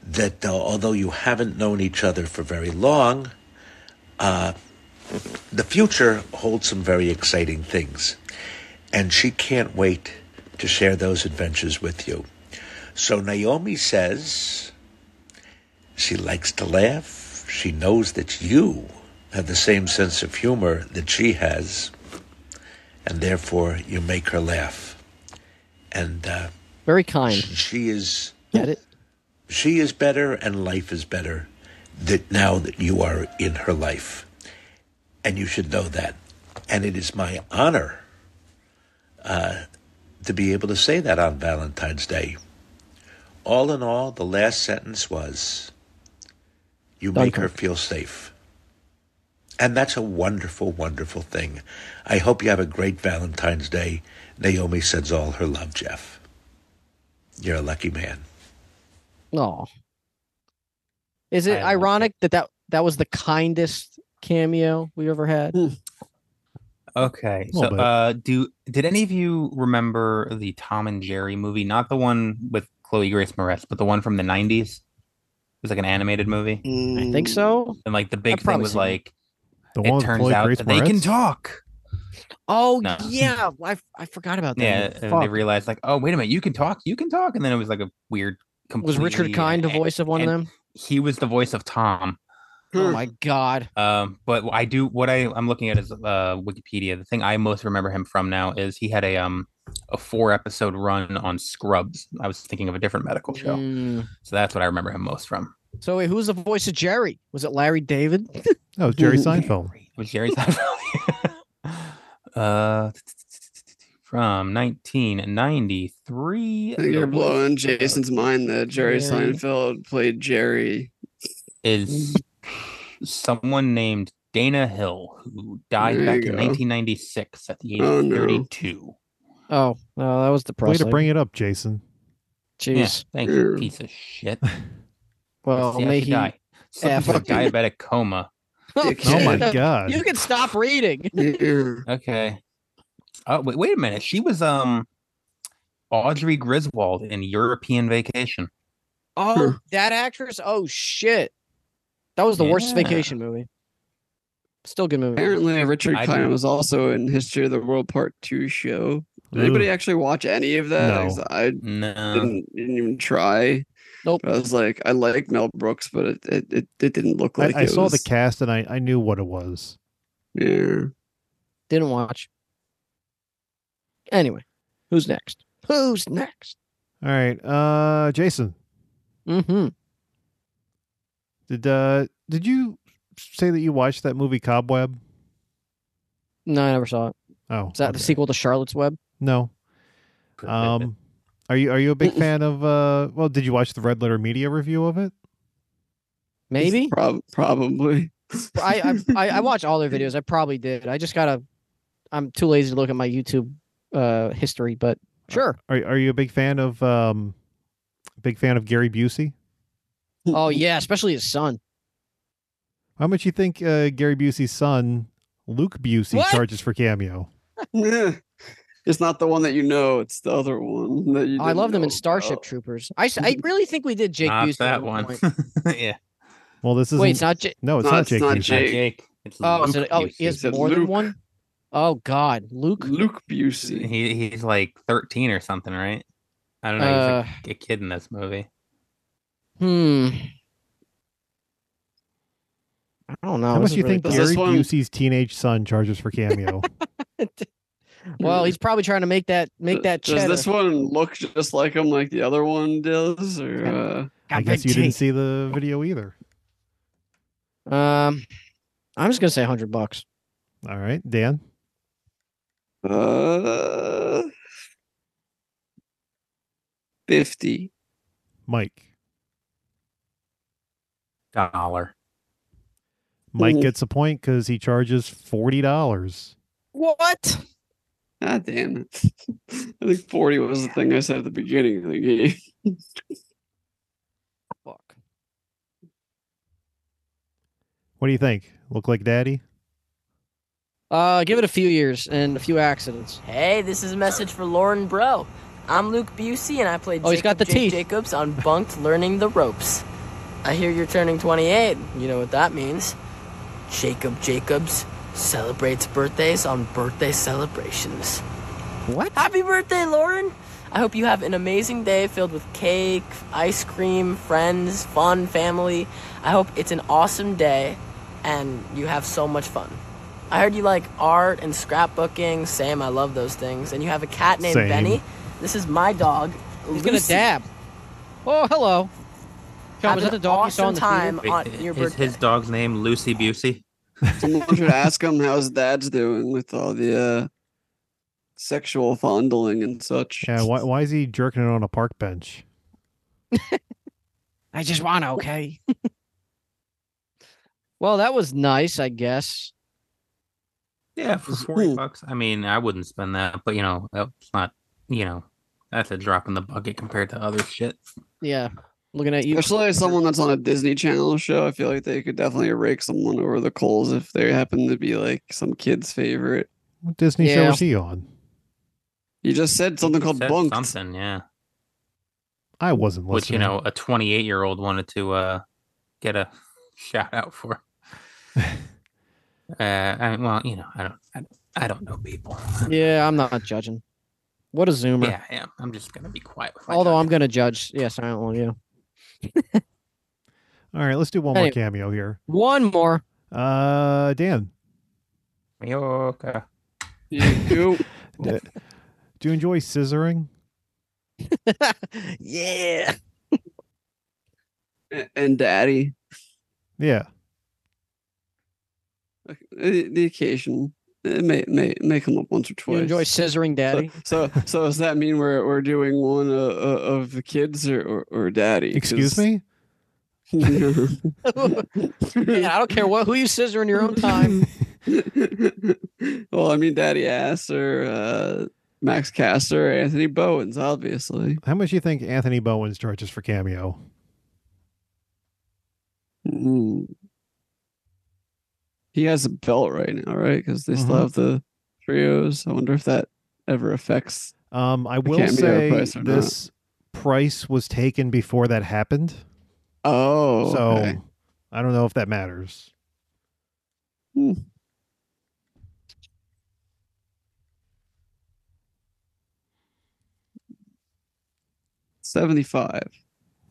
that uh, although you haven't known each other for very long, uh, the future holds some very exciting things. And she can't wait to share those adventures with you. So Naomi says she likes to laugh. She knows that you have the same sense of humor that she has. And therefore, you make her laugh. And uh,
Very kind.
she is
Get it?
she is better and life is better that now that you are in her life and you should know that and it is my honor uh, to be able to say that on valentine's day all in all the last sentence was you make her feel safe and that's a wonderful wonderful thing i hope you have a great valentine's day naomi sends all her love jeff you're a lucky man
No. Is it
I like it.
ironic that, that that was the kindest cameo we ever had?
Okay. So,
Little bit.
uh, do did any of you remember the Tom and Jerry movie? Not the one with Chloe Grace Moretz, but the one from the 90s? It was like an animated movie.
Hmm.
I
Hmm.
think so.
And like the big thing
probably
was
seen it.
like,
The one
it
with
turns
Chloe
out
Grace
that they can
Moretz?
talk.
Oh
No.
yeah, I, I forgot about that.
Yeah. And they
Fuck.
realized, like, oh, wait a minute, you can talk, you can talk. And then it was like a weird,
was Richard
completely-
Kind the
a-
voice of one
and-
of them?
He was the voice of Tom.
Oh my god.
Um, but I do what I I'm looking at is uh, Wikipedia. The thing I most remember him from now is he had a um a four episode run on Scrubs. I was thinking of a different medical show,
Mm.
so that's what I remember him most from.
So wait, who was the voice of Jerry? Was it Larry David?
Oh, it's Jerry
[laughs]
Seinfeld.
It was Jerry Seinfeld. [laughs] uh, from 1993.
I think you're
The
blowing
voice of-
Jason's mind that Jerry
Jerry.
Seinfeld played Jerry.
Is
Mm.
someone named Dana Hill who died
There
back
you
in
go.
1996 at the age
Oh,
of
no.
32.
Oh, no, that was
Way
depressing.
to bring it up, Jason.
Yeah,
Jeez.
thank you,
Yeah.
piece of shit.
[laughs] Well,
See, I
may
should
he. [laughs]
die. Slipped into a
F.
diabetic coma.
Oh my
Yeah.
god.
You can stop reading.
Yeah.
Okay. Oh wait, wait a minute. She was um Audrey Griswold in European Vacation.
Oh, that actress. Oh shit, that was the worst
Yeah.
vacation movie. Still good movie.
Apparently, Richard
I
Kind
do-
was also in History of the World Part Two show. Did anybody actually watch any of that?
No.
I
No.
didn't, didn't even try.
Nope.
I was like, I like Mel Brooks, but it it, it, it didn't look
I,
like
I
it
saw the
was-
cast and I, I knew what it was.
Yeah.
Didn't watch. Anyway, who's next? Who's next?
All right, uh, Jason,
Mm-hmm.
did uh, did you say that you watched that movie Cobweb?
No, I never saw it.
Oh,
Is that the sequel to Charlotte's Web?
[laughs]
No. Um, are you are you a big fan of? Uh, well, did you watch the Red Letter Media review of it?
[laughs] Maybe.
Prob- probably.
I, I I I watch all their videos. I probably did. I just gotta. I'm too lazy to look at my YouTube uh history, but sure.
Are are you a big fan of um, big fan of Gary Busey?
Oh yeah, especially his son.
How much you think uh, Gary Busey's son Luke Busey
What?
charges for cameo?
[laughs] Yeah. It's not the one that you know. It's the other one that you.
I love them in
didn't know Oh.
Starship
about.
Troopers. I,
[laughs]
s- I really think we did Jake
Not
Busey at
that
one
one.
point.
[laughs] yeah.
Well, this is
Wait, it's not Jake.
No, it's
No,
not
it's
Jake.
not
Busey.
Not
Jake.
Jake. It's
Oh,
Luke
so, oh, he
Busey.
has
said
more than
Luke.
one. Oh God, Luke.
Luke Busey.
He he's like thirteen or something, right? I don't know. He's
Uh,
like a kid in this movie.
Hmm. I don't know.
How much
This is
do you
really
think
tough.
Does this
Gary
one-
Busey's teenage son charges for
[laughs]
cameo?
Well, he's probably trying to make that make
Th-
that
Uh, Does
cheddar.
this one look just like him, like the other one does, or uh,
I guess you didn't see the video either.
Um, I'm just gonna say hundred bucks.
All right, Dan.
uh fifty?
Mike.
Dollar.
Mike
Mhm.
gets a point because he charges forty dollars.
What?
Ah, damn it! [laughs] I think forty was the thing I said at the beginning of the game.
Fuck.
What do you think? Look like daddy?
Uh, give it a few years and a few accidents.
Hey, this is a message for Lauren Bro. I'm Luke Busey, and I played
Oh, he's
Jacob
got the
Jake
teeth.
Jacobs on Bunked Learning the Ropes. I hear you're turning 28. You know what that means. Jacob Jacobs celebrates birthdays on birthday celebrations.
What?
Happy birthday, Lauren! I hope you have an amazing day filled with cake, ice cream, friends, fun, family. I hope it's an awesome day and you have so much fun. I heard you like art and scrapbooking. Sam, I love those things. And you have a cat named
Same.
Benny. This is my dog. Lucy.
He's gonna dab. Oh, hello. John,
Have
was that
an
the dog you
awesome
saw in the theater?
time on your
Is
birthday.
his dog's name Lucy Busey?
Someone should ask him how his dad's doing with all the uh, sexual fondling and such.
Yeah, why why is he jerking it on a park bench?
I just wanna, okay. [laughs] well, that was nice, I guess.
Yeah, for forty bucks. I mean, I wouldn't spend that, but you know, that's not you know, that's a drop in the bucket compared to other shit.
Yeah. Looking at you.
Especially as someone that's on a Disney Channel show, I feel like they could definitely rake someone over the coals if they happen to be like some kid's favorite.
What Disney show
Yeah.
was he on?
You just said something called
Said
bunked.
Something, yeah.
I wasn't listening.
Which you know, uh, a twenty-eight-year-old wanted to uh get a [laughs] shout out for. uh, I mean, well, you know, I don't, I, I don't know people.
Yeah, I'm not judging. What a zoomer.
Yeah, I am. I'm just gonna be quiet with my.
Although I'm gonna judge. Yes, I don't want you.
All right, let's do one more
Anyway.
cameo here.
One more.
Uh, Dan,
Mallorca.
You do.
d- do you enjoy scissoring?
yeah.
A- and daddy.
Yeah.
Uh, The occasion. It may, may may come up once or
You
twice.
enjoy scissoring [laughs] daddy?
so so does that mean we're we're doing one uh, uh, of the kids or or, or daddy?
Excuse
[laughs]
me.
me.
yeah, I don't care what who you scissor in your own time.
[laughs] well, I mean, Daddy Ass or uh, Max Caster, Anthony Bowens, obviously.
How much do you think Anthony Bowens charges for cameo?
Mm. He has a belt right now, right? Because they still
Mhm.
have the trios. I wonder if that ever affects.
Um, I will
cameo
say
price or not.
this price was taken before that happened,
Oh,
so
okay.
I don't know if that matters.
Hmm. 75.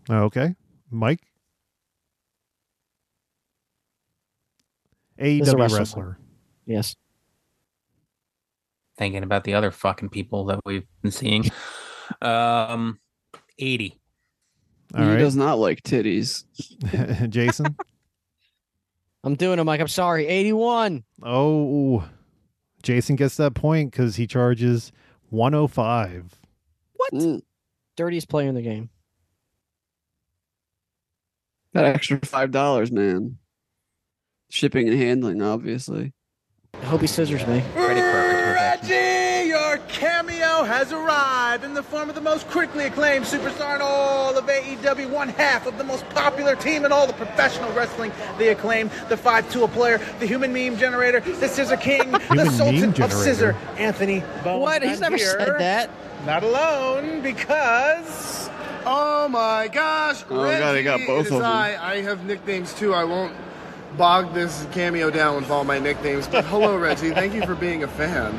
Okay. Mike?
Is a
AEW
wrestler.
wrestler.
[laughs] Yes.
Thinking about the other fucking people that we've been seeing. Um, 80.
All
he
right.
does not like titties.
[laughs]
[laughs]
Jason?
I'm doing it, Mike. I'm sorry. 81.
Oh, Jason gets that point because he charges 105.
What?
Mm,
Dirtiest player in the game.
That extra $5, man. Shipping and handling, obviously.
I hope he scissors me.
Reggie, your cameo has arrived in the form of the most critically acclaimed superstar in all of AEW, one half of the most popular team in all the professional wrestling. The acclaim, the five-tool player, the human meme generator, the scissor king, the
Human meme
sultan of
generator?
scissor, Anthony Bones.
What? He's
I'm
never said
here,
that.
Not alone, because oh my gosh,
Oh, God, I got
Reggie,
both
it is
of 'em.
I. I have nicknames too. I won't bog this cameo down with all my nicknames. But hello, Reggie. Thank you for being a fan.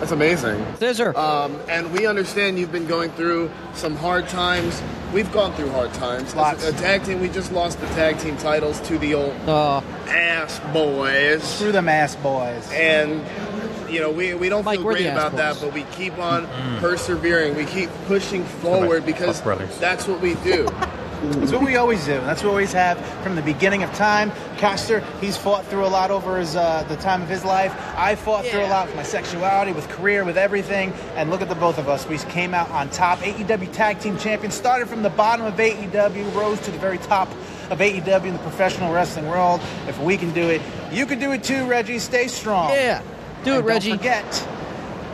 That's amazing.
Scissor.
Um, and we understand you've been going through some hard times. We've gone through hard times. As
Lots.
A, tag team. We just lost the tag team titles to the old
Uh,
ass boys. Screw them ass boys. And you know, we, we don't feel
we're the
great
ass
about that,
boys.
but we keep on persevering. We keep pushing forward because
brothers.
that's what we do.
That's what we always do. That's what we always have from the beginning of time. Caster, he's fought through a lot over his uh, the time of his life. I fought through a lot with my sexuality, with career, with everything. And look at the both of us. We came out on top. AEW Tag Team Champion started from the bottom of AEW, rose to the very top of AEW in the professional wrestling world. If we can do it, you can do it too, Reggie. Stay strong.
Yeah, do
it, Reggie. Don't forget,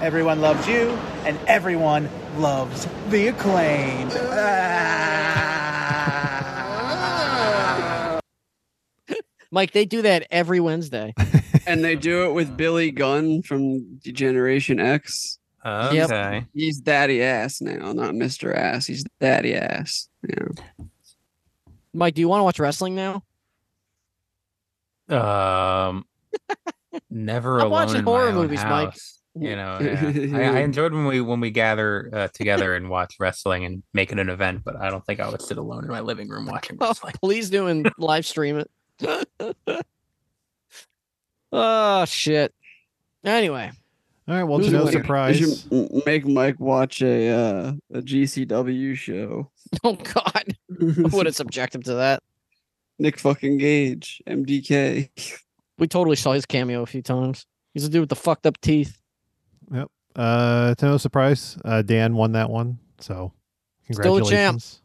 everyone loves you, and everyone loves the acclaimed. Ah.
Mike, they do that every Wednesday.
and they do it with Billy Gunn from Generation X.
Okay. Yep.
He's daddy ass now, not Mr. Ass. He's daddy ass. Yeah.
Mike, do you want to watch wrestling now? [laughs]
Um, never
I'm
alone
watching
in
horror
my own
movies, Mike.
house. You know, yeah. [laughs] I, I enjoyed when we when we gather uh, together and watch wrestling and make it an event, but I don't think I would sit alone in my living room watching.
[laughs] Oh, please do [laughs] and live stream it. oh shit. Anyway.
All right. Well,
Who's
to no
the winner?
surprise,
You should m- make Mike watch a uh, a GCW show.
[laughs] Oh God. I wouldn't subject him to that.
Nick fucking Gage, MDK.
We totally saw his cameo a few times. He's a dude with the fucked up teeth.
Yep. Uh, to no surprise, uh, Dan won that one. So,
Still a
congratulations.
champ.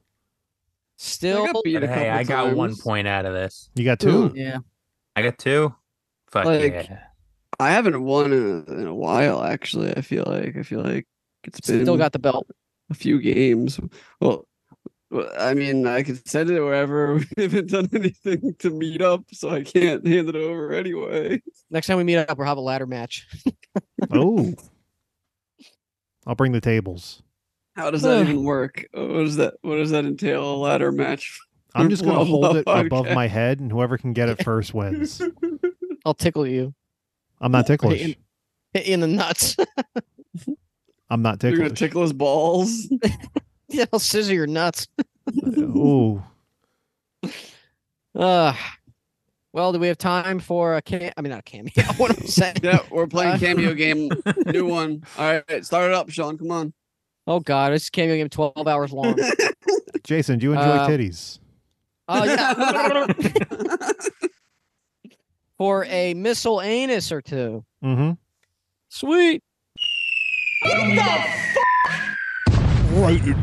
Still
But hey, I got one point out of this.
You got two.
Yeah.
I got two. Fuck
Like,
yeah!
I haven't won in a, in a while. Actually, I feel like I feel like it's been
Still got the belt.
a few games. Well, well, I mean, I could send it wherever. [laughs] We haven't done anything to meet up, so I can't hand it over anyway.
Next time we meet up, we'll have a ladder match.
[laughs]
[laughs]
oh. I'll bring the tables.
How does [sighs] that
Ugh.
even work? What does that What does that entail? A ladder match?
I'm just going to
Blah,
hold it
blah,
above
podcast.
my head, and whoever can get it first
[laughs]
wins.
I'll tickle you. [laughs]
I'm not ticklish.
Hit you in the nuts. [laughs]
I'm not
You're gonna
ticklish.
tickle his balls.
yeah, I'll scissor your nuts.
Ooh.
Uh, well, do we have time for a cam? I mean, not a cameo. [laughs] What I'm saying.
[laughs] yeah, we're playing
Uh,
cameo game. New one. All right, start it up, Sean. Come on.
Oh God, this cameo game 12 hours [laughs] long.
[laughs]
Jason, do you enjoy
Uh,
titties?
Oh
[laughs]
yeah. for a miscellaneous or two.
Mm-hmm.
Sweet.
Right in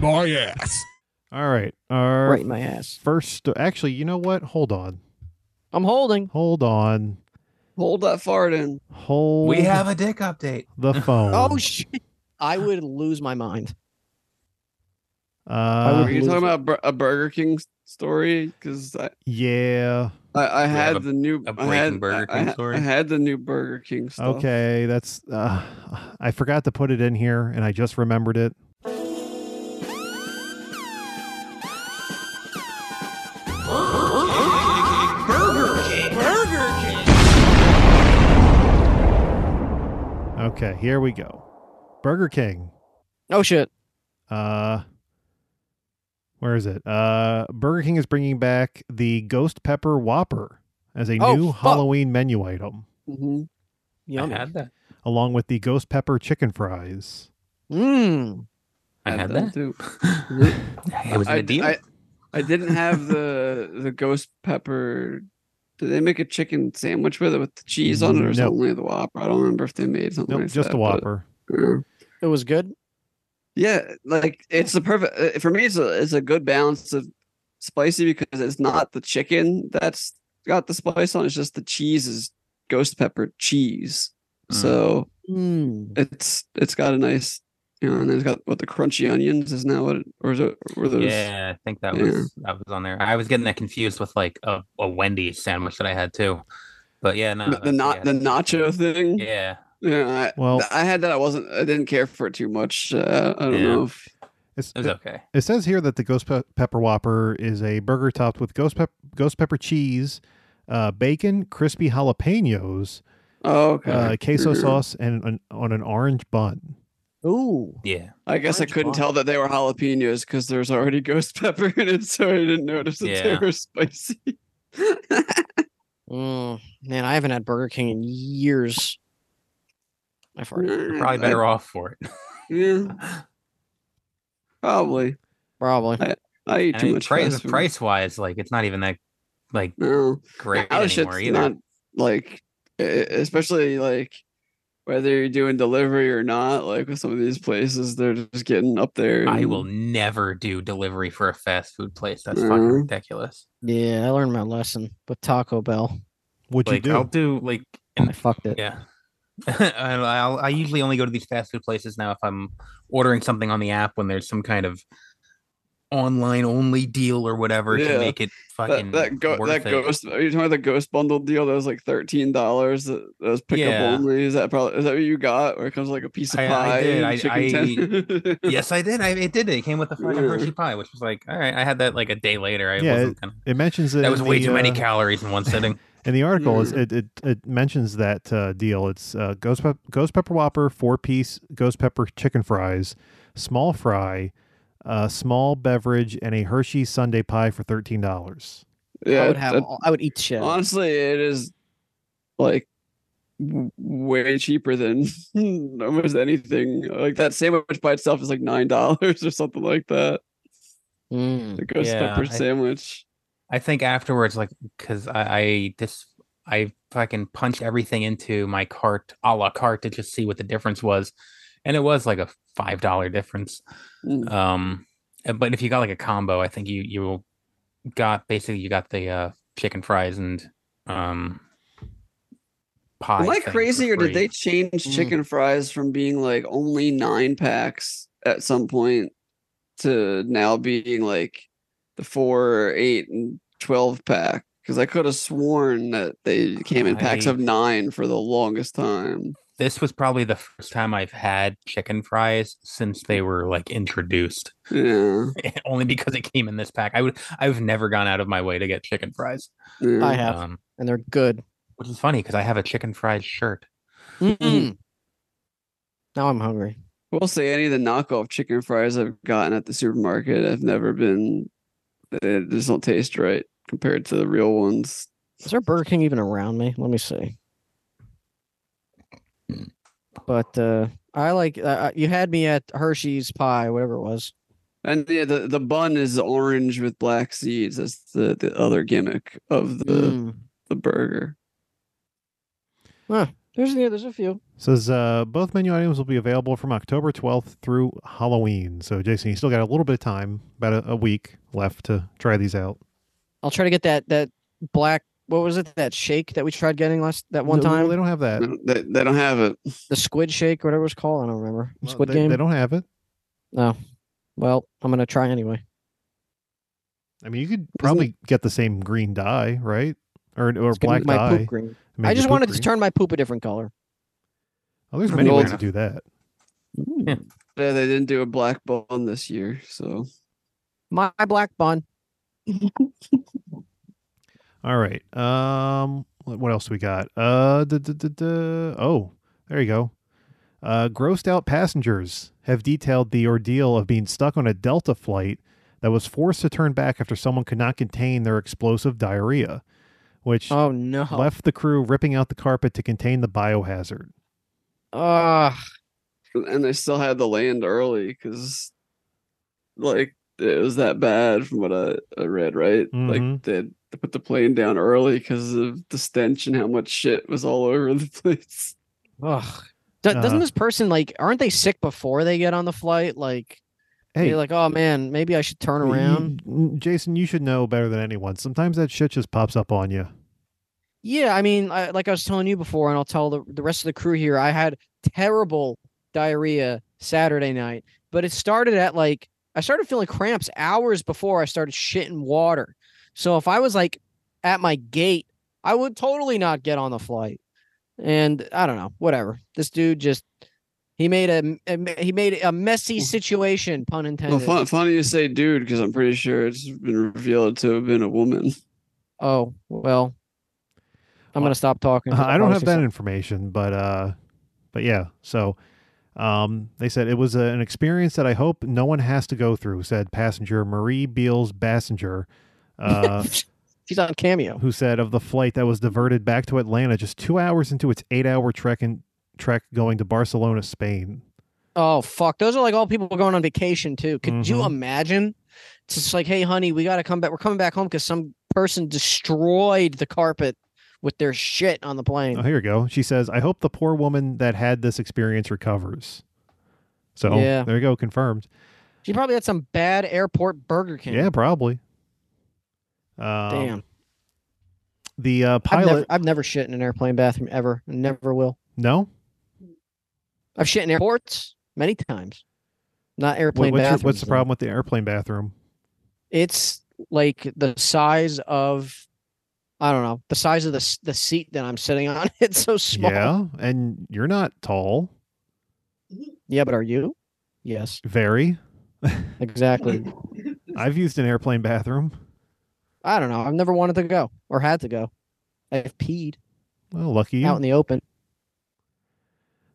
my ass. All right. Our
Right in my ass.
First, sto- actually, you know what? Hold on.
I'm holding.
Hold on.
Hold that fart in.
Hold.
We have a dick update.
the phone.
Oh shit. I would lose my mind.
Are you
Uh,
talking about bur- a Burger King s- story? Because I,
yeah.
I, I
We have
had
a-
the new
a
I
breaking
had-
Burger
I-
King
I-
story?
I had the new Burger King stuff.
Okay, that's. Uh, I forgot to put it in here, and I just remembered it.
Burger King. Burger King.
Okay, here we go. Burger King.
Oh shit.
Uh, Where is it? Uh, Burger King is bringing back the Ghost Pepper Whopper as a
Oh,
new
fuck.
Halloween menu item,
Mm-hmm.
Yummy.
I had that.
along with the Ghost Pepper Chicken Fries.
Mm.
I had that.
too.
[laughs] It was in
I,
a deal.
I, I didn't have the the ghost pepper. Did they make a chicken sandwich with it with the cheese on it, or is it
Nope.
only the Whopper? I don't remember if they made something.
Nope,
like
just
that,
the
but-
Whopper.
Yeah.
It was good.
Yeah, like it's the perfect uh, for me. It's a it's a good balance of spicy because it's not the chicken that's got the spice on. It's just the cheese is ghost pepper cheese. So
Mm.
it's it's got a nice, you know, and it's got what the crunchy onions is now what it, or is it were those?
Yeah, I think that
Yeah.
was that was on there. I was getting that confused with like a, a Wendy's sandwich that I had too. But yeah, no,
the, the not the nacho thing.
Yeah. Oh.
Yeah, I,
Well-
I had that. I wasn't. I didn't care for it too much. Uh, I don't
Yeah.
know. If,
It's,
It was okay.
It says here that the ghost pe- pepper whopper is a burger topped with ghost pep- ghost pepper cheese, uh, bacon, crispy jalapenos,
oh, okay.
uh,
[laughs]
queso
Mhm.
sauce, and an, on an orange bun.
Ooh.
Yeah.
I guess I
Orange
couldn't
bun.
tell that they were jalapenos because there's already ghost [laughs] pepper in it, so I didn't notice that
Yeah.
they were spicy.
Mm. Man, I haven't had Burger King in years. I farted.
You're
Mm,
probably
I-
better off for it.
[laughs] Yeah, probably.
Probably.
I, I eat
And
too
it-
much
price
fast food.
price wise, like it's not even that like
No.
great
Now the
anymore
shit's
either.
Not like, e- especially like whether you're doing delivery or not, like with some of these places, they're just getting up there.
I
and-
will never do delivery for a fast food place. That's fucking
Mhm.
ridiculous.
Yeah, I learned my lesson with Taco Bell.
What'd
Like
you do?
I'll do like
I fucked it.
yeah. [laughs] And I'll, I usually only go to these fast food places now if I'm ordering something on the app when there's some kind of online only deal or whatever
Yeah.
to make it fucking
That, that, go-
worth
that
it.
ghost, are you talking about the ghost bundle deal? That was like $13. That, that was pickup
Yeah.
only. Is that probably, is that what you got? Where it comes like a piece of
I- I
pie?
did.
and
I-
chicken tenders? [laughs]
yes, I did. I it did. It came with a fucking
Yeah.
Hershey pie, which was like, all right. I had that like a day later. I
Yeah,
wasn't gonna.
It mentions it
That
in
was way
the,
too many
uh,
calories in one sitting.
In the article,
Hmm.
is it, it it mentions that uh, deal. It's uh, ghost pep- ghost pepper whopper, four piece ghost pepper chicken fries, small fry, uh, small beverage, and a Hershey Sunday pie for thirteen dollars.
yeah,
I would have.
that-
all, I would eat shit.
honestly, it is like w- way cheaper than [laughs] almost anything. Like that sandwich by itself is like $9 or something like that.
Mm.
The ghost
Yeah,
pepper
I-
sandwich.
I think afterwards, like, because I, I just I fucking punched everything into my cart a la carte to just see what the difference was, and it was like a five dollar difference.
Mm.
Um, uh, but if you got like a combo, I think you you got basically you got the uh, chicken fries and um pie.
Am I
thing for
crazy, or did
free.
they change
Mm.
chicken fries from being like only nine packs at some point to now being like the four, eight, and twelve pack? Because I could have sworn that they came in packs
I-
of nine for the longest time.
This was probably the first time I've had chicken fries since they were like introduced. [laughs]
Yeah,
Only because it came in this pack. I would I've never gone out of my way to get chicken fries.
yeah.
I have,
Um,
and they're good.
which is funny because I have a chicken fried shirt.
Mm. Now I'm hungry.
We'll say any of the knockoff chicken fries I've gotten at the supermarket, I've never been. They just don't taste right compared to the real ones.
Is there Burger King even around me? Let me see. But uh, I like uh, you had me at Hershey's pie, whatever it was.
And the, the the bun is orange with black seeds. That's the, the other gimmick of the
Mm.
the burger.
There's yeah, there's a few.
Says uh, both menu items will be available from October 12th through Halloween. So, Jason, you still got a little bit of time, about a, a week left to try these out.
I'll try to get that that black. What was it? That shake that we tried getting last that one
No,
time.
they don't have that.
They don't, they, they don't have it.
the squid shake, whatever it's called. I don't remember.
Well,
squid
they,
game.
They don't have it.
No. Well, I'm gonna try anyway.
I mean, you could probably get the same green dye, right? Or or
It's gonna
black
be my
dye.
poop green.
Make
I
your
just
poop
wanted
green.
to turn my poop a different color.
Oh, there's
Fair
many ways to
enough.
do that.
Yeah, they didn't do a black bun this year, so
My black bun.
All right. Um, wh- what else we got? Uh, duh, duh, duh, duh. oh, there you go. Uh, grossed out passengers have detailed the ordeal of being stuck on a Delta flight that was forced to turn back after someone could not contain their explosive diarrhea, which
oh no
left the crew ripping out the carpet to contain the biohazard.
Ah,
and they still had to land early because, like, it was that bad from what I, I read. Right, like
Mhm.
they had to put the plane down early because of the stench and how much shit was all over the [laughs] place.
Ugh. Do-
Uh-huh.
doesn't this person like? Aren't they sick before they get on the flight? Like,
Hey.
they're like, oh man, maybe I should turn
You-
around.
n- Jason, you should know better than anyone. Sometimes that shit just pops up on you.
Yeah, I mean, I, like I was telling you before, and I'll tell the, the rest of the crew here, I had terrible diarrhea Saturday night, but it started at like, I started feeling cramps hours before I started shitting water. So if I was like at my gate, I would totally not get on the flight. And I don't know, whatever. This dude just, he made a, a- he made a messy situation, pun
Well,
intended.
fun, funny you say, dude, because I'm pretty sure it's been revealed to have been a woman.
Oh well, I'm gonna stop talking. 'cause
Uh,
I'll
I don't
probably
have
say
that
something-
information, but uh, but yeah. So, um, they said it was a, an experience that I hope no one has to go through," said passenger Marie Beals Bassinger, uh,
[laughs] She's on Cameo.
who said of the flight that was diverted back to Atlanta just two hours into its eight-hour trek and trek going to Barcelona, Spain.
Oh fuck, those are like all people going on vacation too. Could you
Mm-hmm.
imagine? It's just like, hey, honey, we got to come back. We're coming back home because some person destroyed the carpet with their shit on the plane.
Oh, here we go. She says, "I hope the poor woman that had this experience recovers." So
Yeah.
there you go, confirmed.
She probably had some bad airport Burger King.
Yeah, probably. Um,
Damn.
The uh,
I've
pilot.
never, I've never shit in an airplane bathroom ever. and Never will.
no.
I've shit in airports many times, not
What-
airplane
what's, your-
bathrooms.
what's the
though.
problem with the airplane bathroom?
It's like the size of, I don't know, the size of the s- the seat that I'm sitting on. [laughs] It's so small.
Yeah, and you're not tall.
Yeah, but are you? Yes.
Very.
Exactly. [laughs]
I've used an airplane bathroom.
I don't know. I've never wanted to go or had to go. I've peed
Well, lucky you.
out in the open.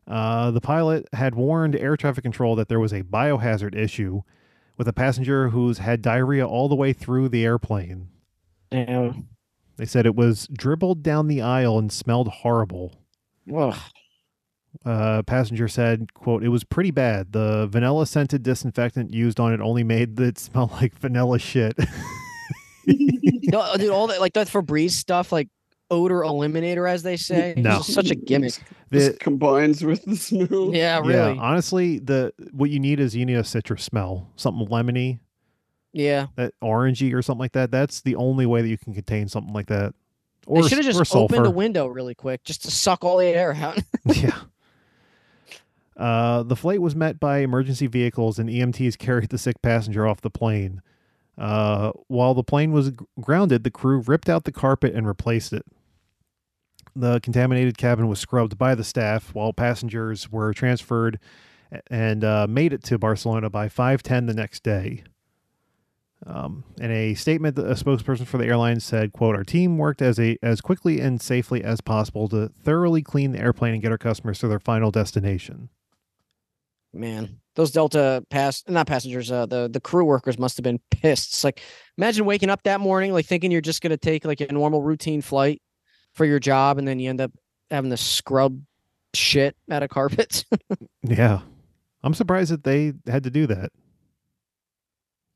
Uh, the pilot had warned air traffic control that there was a biohazard issue with a passenger who's had diarrhea all the way through the airplane.
Damn.
They said it was dribbled down the aisle and smelled horrible.
Ugh.
Uh, passenger said, "quote It was pretty bad. The vanilla scented disinfectant used on it only made it [laughs] smell like vanilla shit."
[laughs]
[laughs]
no, dude, all that like that Febreze stuff, like odor eliminator, as they say.
No.
It's just such a gimmick.
The-
combines with the smell.
Yeah, really.
Yeah,
Yeah.
honestly, the what you need is you need a citrus smell, something lemony, that orangey or something like that. That's the only way that you can contain something like that. Or
they should have
or
just
sulfur.
opened a window really quick just to suck all the air out.
[laughs] Uh, the flight was met by emergency vehicles, and EMTs carried the sick passenger off the plane. Uh, while the plane was gr- grounded, the crew ripped out the carpet and replaced it. The contaminated cabin was scrubbed by the staff, while passengers were transferred a- and uh, made it to Barcelona by 5:10 the next day. Um, in a statement, a spokesperson for the airline said, "quote Our team worked as a as quickly and safely as possible to thoroughly clean the airplane and get our customers to their final destination."
Man, those Delta pass not passengers, uh, the the crew workers must have been pissed. It's like imagine waking up that morning, like thinking you're just gonna take like a normal routine flight for your job, and then you end up having to scrub shit out of carpets. [laughs]
Yeah, I'm surprised that they had to do that.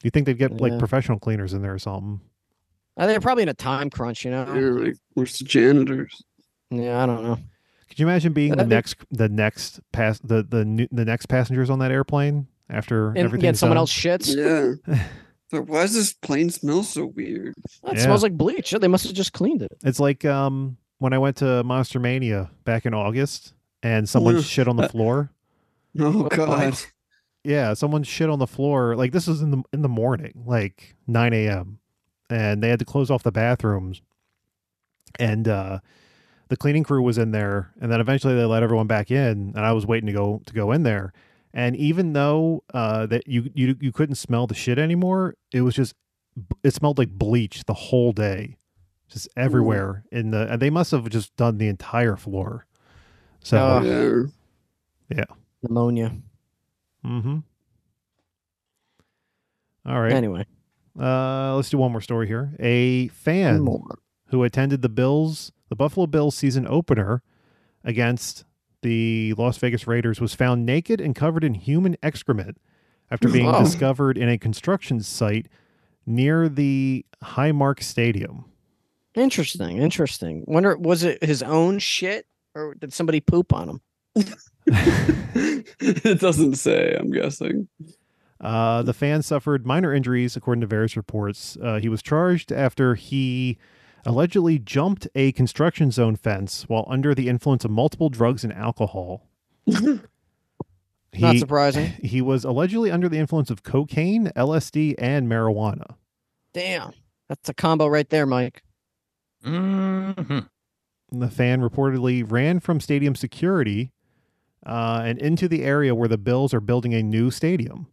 You think they'd get like
Yeah.
professional cleaners in there or something?
Uh, They're probably in a time crunch, you know.
They're like, where's the janitors?
Yeah, I don't know.
Could you imagine being the
That'd be-
next the next pass the the new, the next passengers on that airplane after
And
everything?
again, someone else shits.
[laughs] Yeah. so why does this plane smell so weird?
It
Yeah.
smells like bleach. They must have just cleaned it.
It's like um when I went to Monster Mania back in August and someone
Ugh.
shit
[laughs]
on the floor.
Oh god.
Yeah, someone shit on the floor. Like this was in the in the morning, like nine a.m., and they had to close off the bathrooms. And uh, the cleaning crew was in there, and then eventually they let everyone back in, and I was waiting to go to go in there. And even though uh, that you you you couldn't smell the shit anymore, it was just it smelled like bleach the whole day, just everywhere in the. And they must have just done the entire floor. So
Ugh.
yeah,
Pneumonia.
Mm-hmm. All right.
Anyway.
Uh, let's do one more story here. A fan [laughs] who attended the Bills, the Buffalo Bills season opener against the Las Vegas Raiders was found naked and covered in human excrement after being
Wow.
discovered in a construction site near the Highmark Stadium.
Interesting. Interesting. Wonder was it his own shit or did somebody poop on him?
it doesn't say. I'm guessing.
Uh, the fan suffered minor injuries, according to various reports. Uh, he was charged after he allegedly jumped a construction zone fence while under the influence of multiple drugs and alcohol.
Not surprising.
[laughs] He was allegedly under the influence of cocaine, LSD, and marijuana.
Damn. That's a combo right there, Mike.
Mm-hmm.
And the fan reportedly ran from stadium security uh, and into the area where the Bills are building a new stadium.
Hmm.
Ac-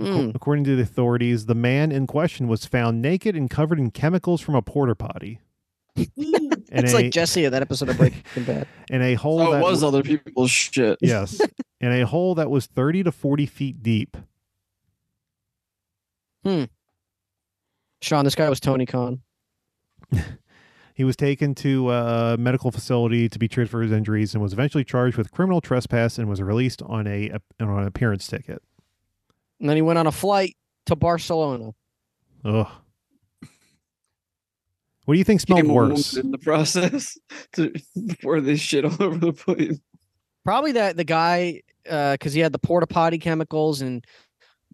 Mm.
According to the authorities, the man in question was found naked and covered in chemicals from a porta potty.
It's like Jesse of that episode of Breaking [laughs] Bad.
In a hole
Oh, it
that
was
w-
other people's shit.
[laughs] yes, in a hole that was thirty to forty feet deep.
Hmm. Sean, this guy was Tony Khan.
He was taken to a medical facility to be treated for his injuries and was eventually charged with criminal trespass and was released on a on an appearance ticket.
And then he went on a flight to Barcelona.
Ugh. What do you think smelled
Came a woman
worse?
in the process [laughs] to pour this shit all over the plane.
Probably that the guy, because he had the porta potty chemicals and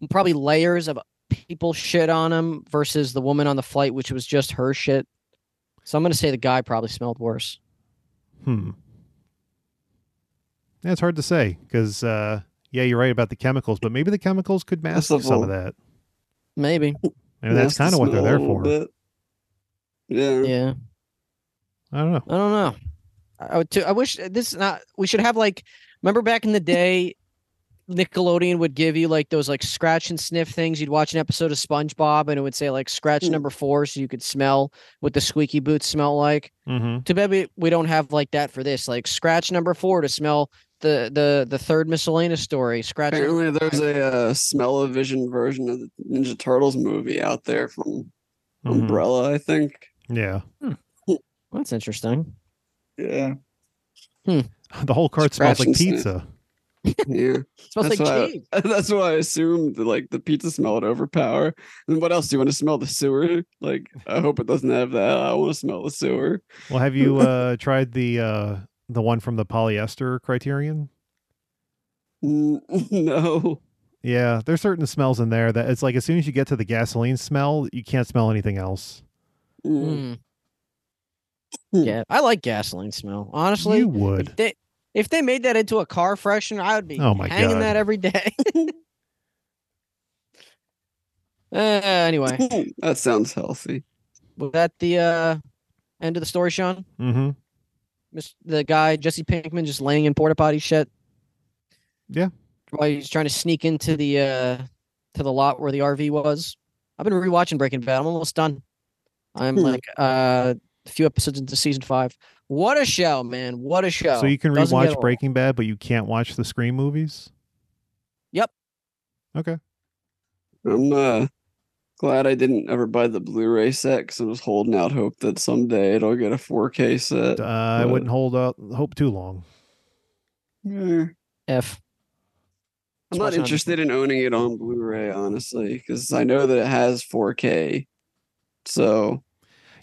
probably layers of people shit on him versus the woman on the flight, which was just her shit. So I'm going to say the guy probably smelled worse.
Hmm. That's hard to say because, uh, yeah, you're right about the chemicals, but maybe the chemicals could mask
That's the
some
whole-
of that.
Maybe.
Maybe that's
Mask the
kind of what they're
smell
there
a little
for.
bit. Yeah.
Yeah.
I don't know.
I don't know. I I would too. I wish uh, this is not. We should have like. Remember back in the day, Nickelodeon would give you like those like scratch and sniff things. You'd watch an episode of SpongeBob and it would say like scratch
Hmm.
number four, so you could smell what the squeaky boots smell like.
Mm-hmm.
Too bad we, we don't have like that for this. Like scratch number four to smell the the the third miscellaneous story. Scratch. number-
Apparently, there's a uh, smell-o-vision version of the Ninja Turtles movie out there from Oh,
Mm-hmm.
Umbrella, I think.
Yeah. [laughs]
That's interesting.
Yeah.
The whole cart smells
Scratch
like
and sniff.
pizza.
[laughs] Yeah.
smells like
why I, that's why I assumed that, like the pizza smell would overpower. And what else do you want to smell? The sewer? Like I hope it doesn't have that. I want to smell the sewer.
Well, have
[laughs]
you uh, tried the uh, the one from the polyester criterion?
N- Mm, [laughs] No.
Yeah, there's certain smells in there that it's like as soon as you get to the gasoline smell, you can't smell anything else.
Hmm.
Mm. Hmm. Yeah, I like gasoline smell. Honestly,
You would.
If they, if they made that into a car freshener, I would be
Oh my
hanging
God.
that every day. [laughs] uh, anyway,
that sounds healthy.
was that the uh, end of the story, Sean?
Mm-hmm.
Mis- The guy Jesse Pinkman just laying in porta potty shit
Yeah.
while he's trying to sneak into the uh, to the lot where the RV was. I've been rewatching Breaking Bad. I'm almost done. I'm
Hmm.
like uh, a few episodes into season five. What a show, man! What a show!
So you can
Doesn't get
rewatch
old.
Breaking Bad, but you can't watch the Scream movies.
Yep.
Okay.
I'm uh, glad I didn't ever buy the Blu-ray set because I was holding out hope that someday it'll get a 4K set.
Uh, I wouldn't hold out hope too long.
Yeah.
F.
I'm not interested in owning it on Blu-ray, honestly, because I know that it has 4K. So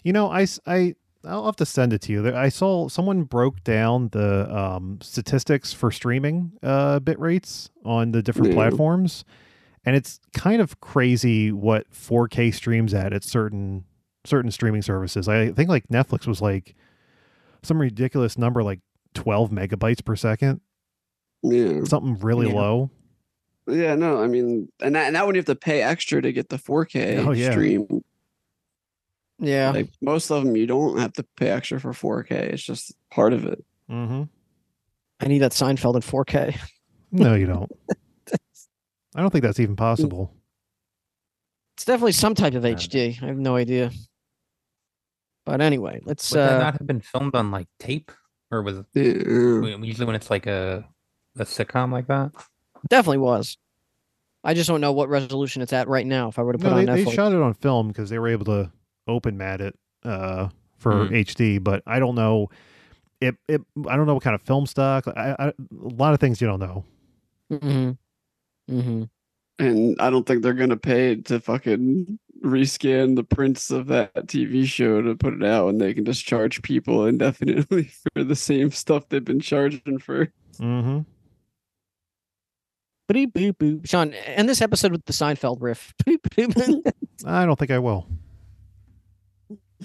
You know, I, s- I, will have to send it to you. There- I saw someone broke down the um, statistics for streaming uh, bit rates on the different
Yeah.
platforms, and it's kind of crazy what 4K streams at at certain certain streaming services. I think like Netflix was like some ridiculous number, like 12 megabytes per second,
yeah,
something really
Yeah.
low.
yeah, no, I mean, and that, and that one you have to pay extra to get the 4K
Oh, yeah. Oh.
stream.
Yeah,
Like most of them, you don't have to pay extra for 4K. It's just part of it.
Mm-hmm.
I need that Seinfeld in 4K.
No, you
[laughs]
don't. I don't think that's even possible.
It's definitely some type of HD. I have no idea. But anyway, let's.
Would that
Uh,
not have been filmed on like tape, or was it
Yeah.
usually when it's like a a sitcom like that?
definitely was. I just don't know what resolution it's at right now. If I were to put
No, they,
it on
they
Netflix,
shot it on film because they were able to open mat it uh, for
Mm.
HD. But I don't know. It, it I don't know what kind of film stock. I, I, a lot of things you don't know.
Mm-hmm. Mm-hmm.
And I don't think they're gonna pay to fucking rescan the prints of that TV show to put it out, and they can just charge people indefinitely [laughs] for the same stuff they've been charging for.
Mm-hmm.
Boop, boop, boop. Sean, end this episode with the Seinfeld riff. [laughs] Boop, boop.
I don't think I will.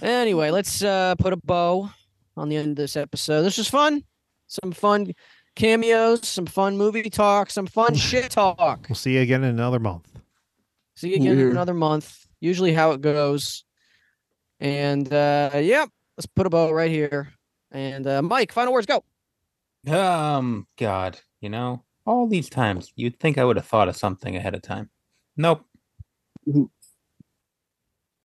anyway, let's uh, put a bow on the end of this episode. This was fun. Some fun cameos, some fun movie talk, some fun shit talk.
We'll see you again in another month.
See you again in
Yeah.
another month. Usually how it goes. And uh yep, let's put a bow right here. And uh Mike, final words go.
Um, God, you know, all these times you'd think I would have thought of something ahead of time. Nope.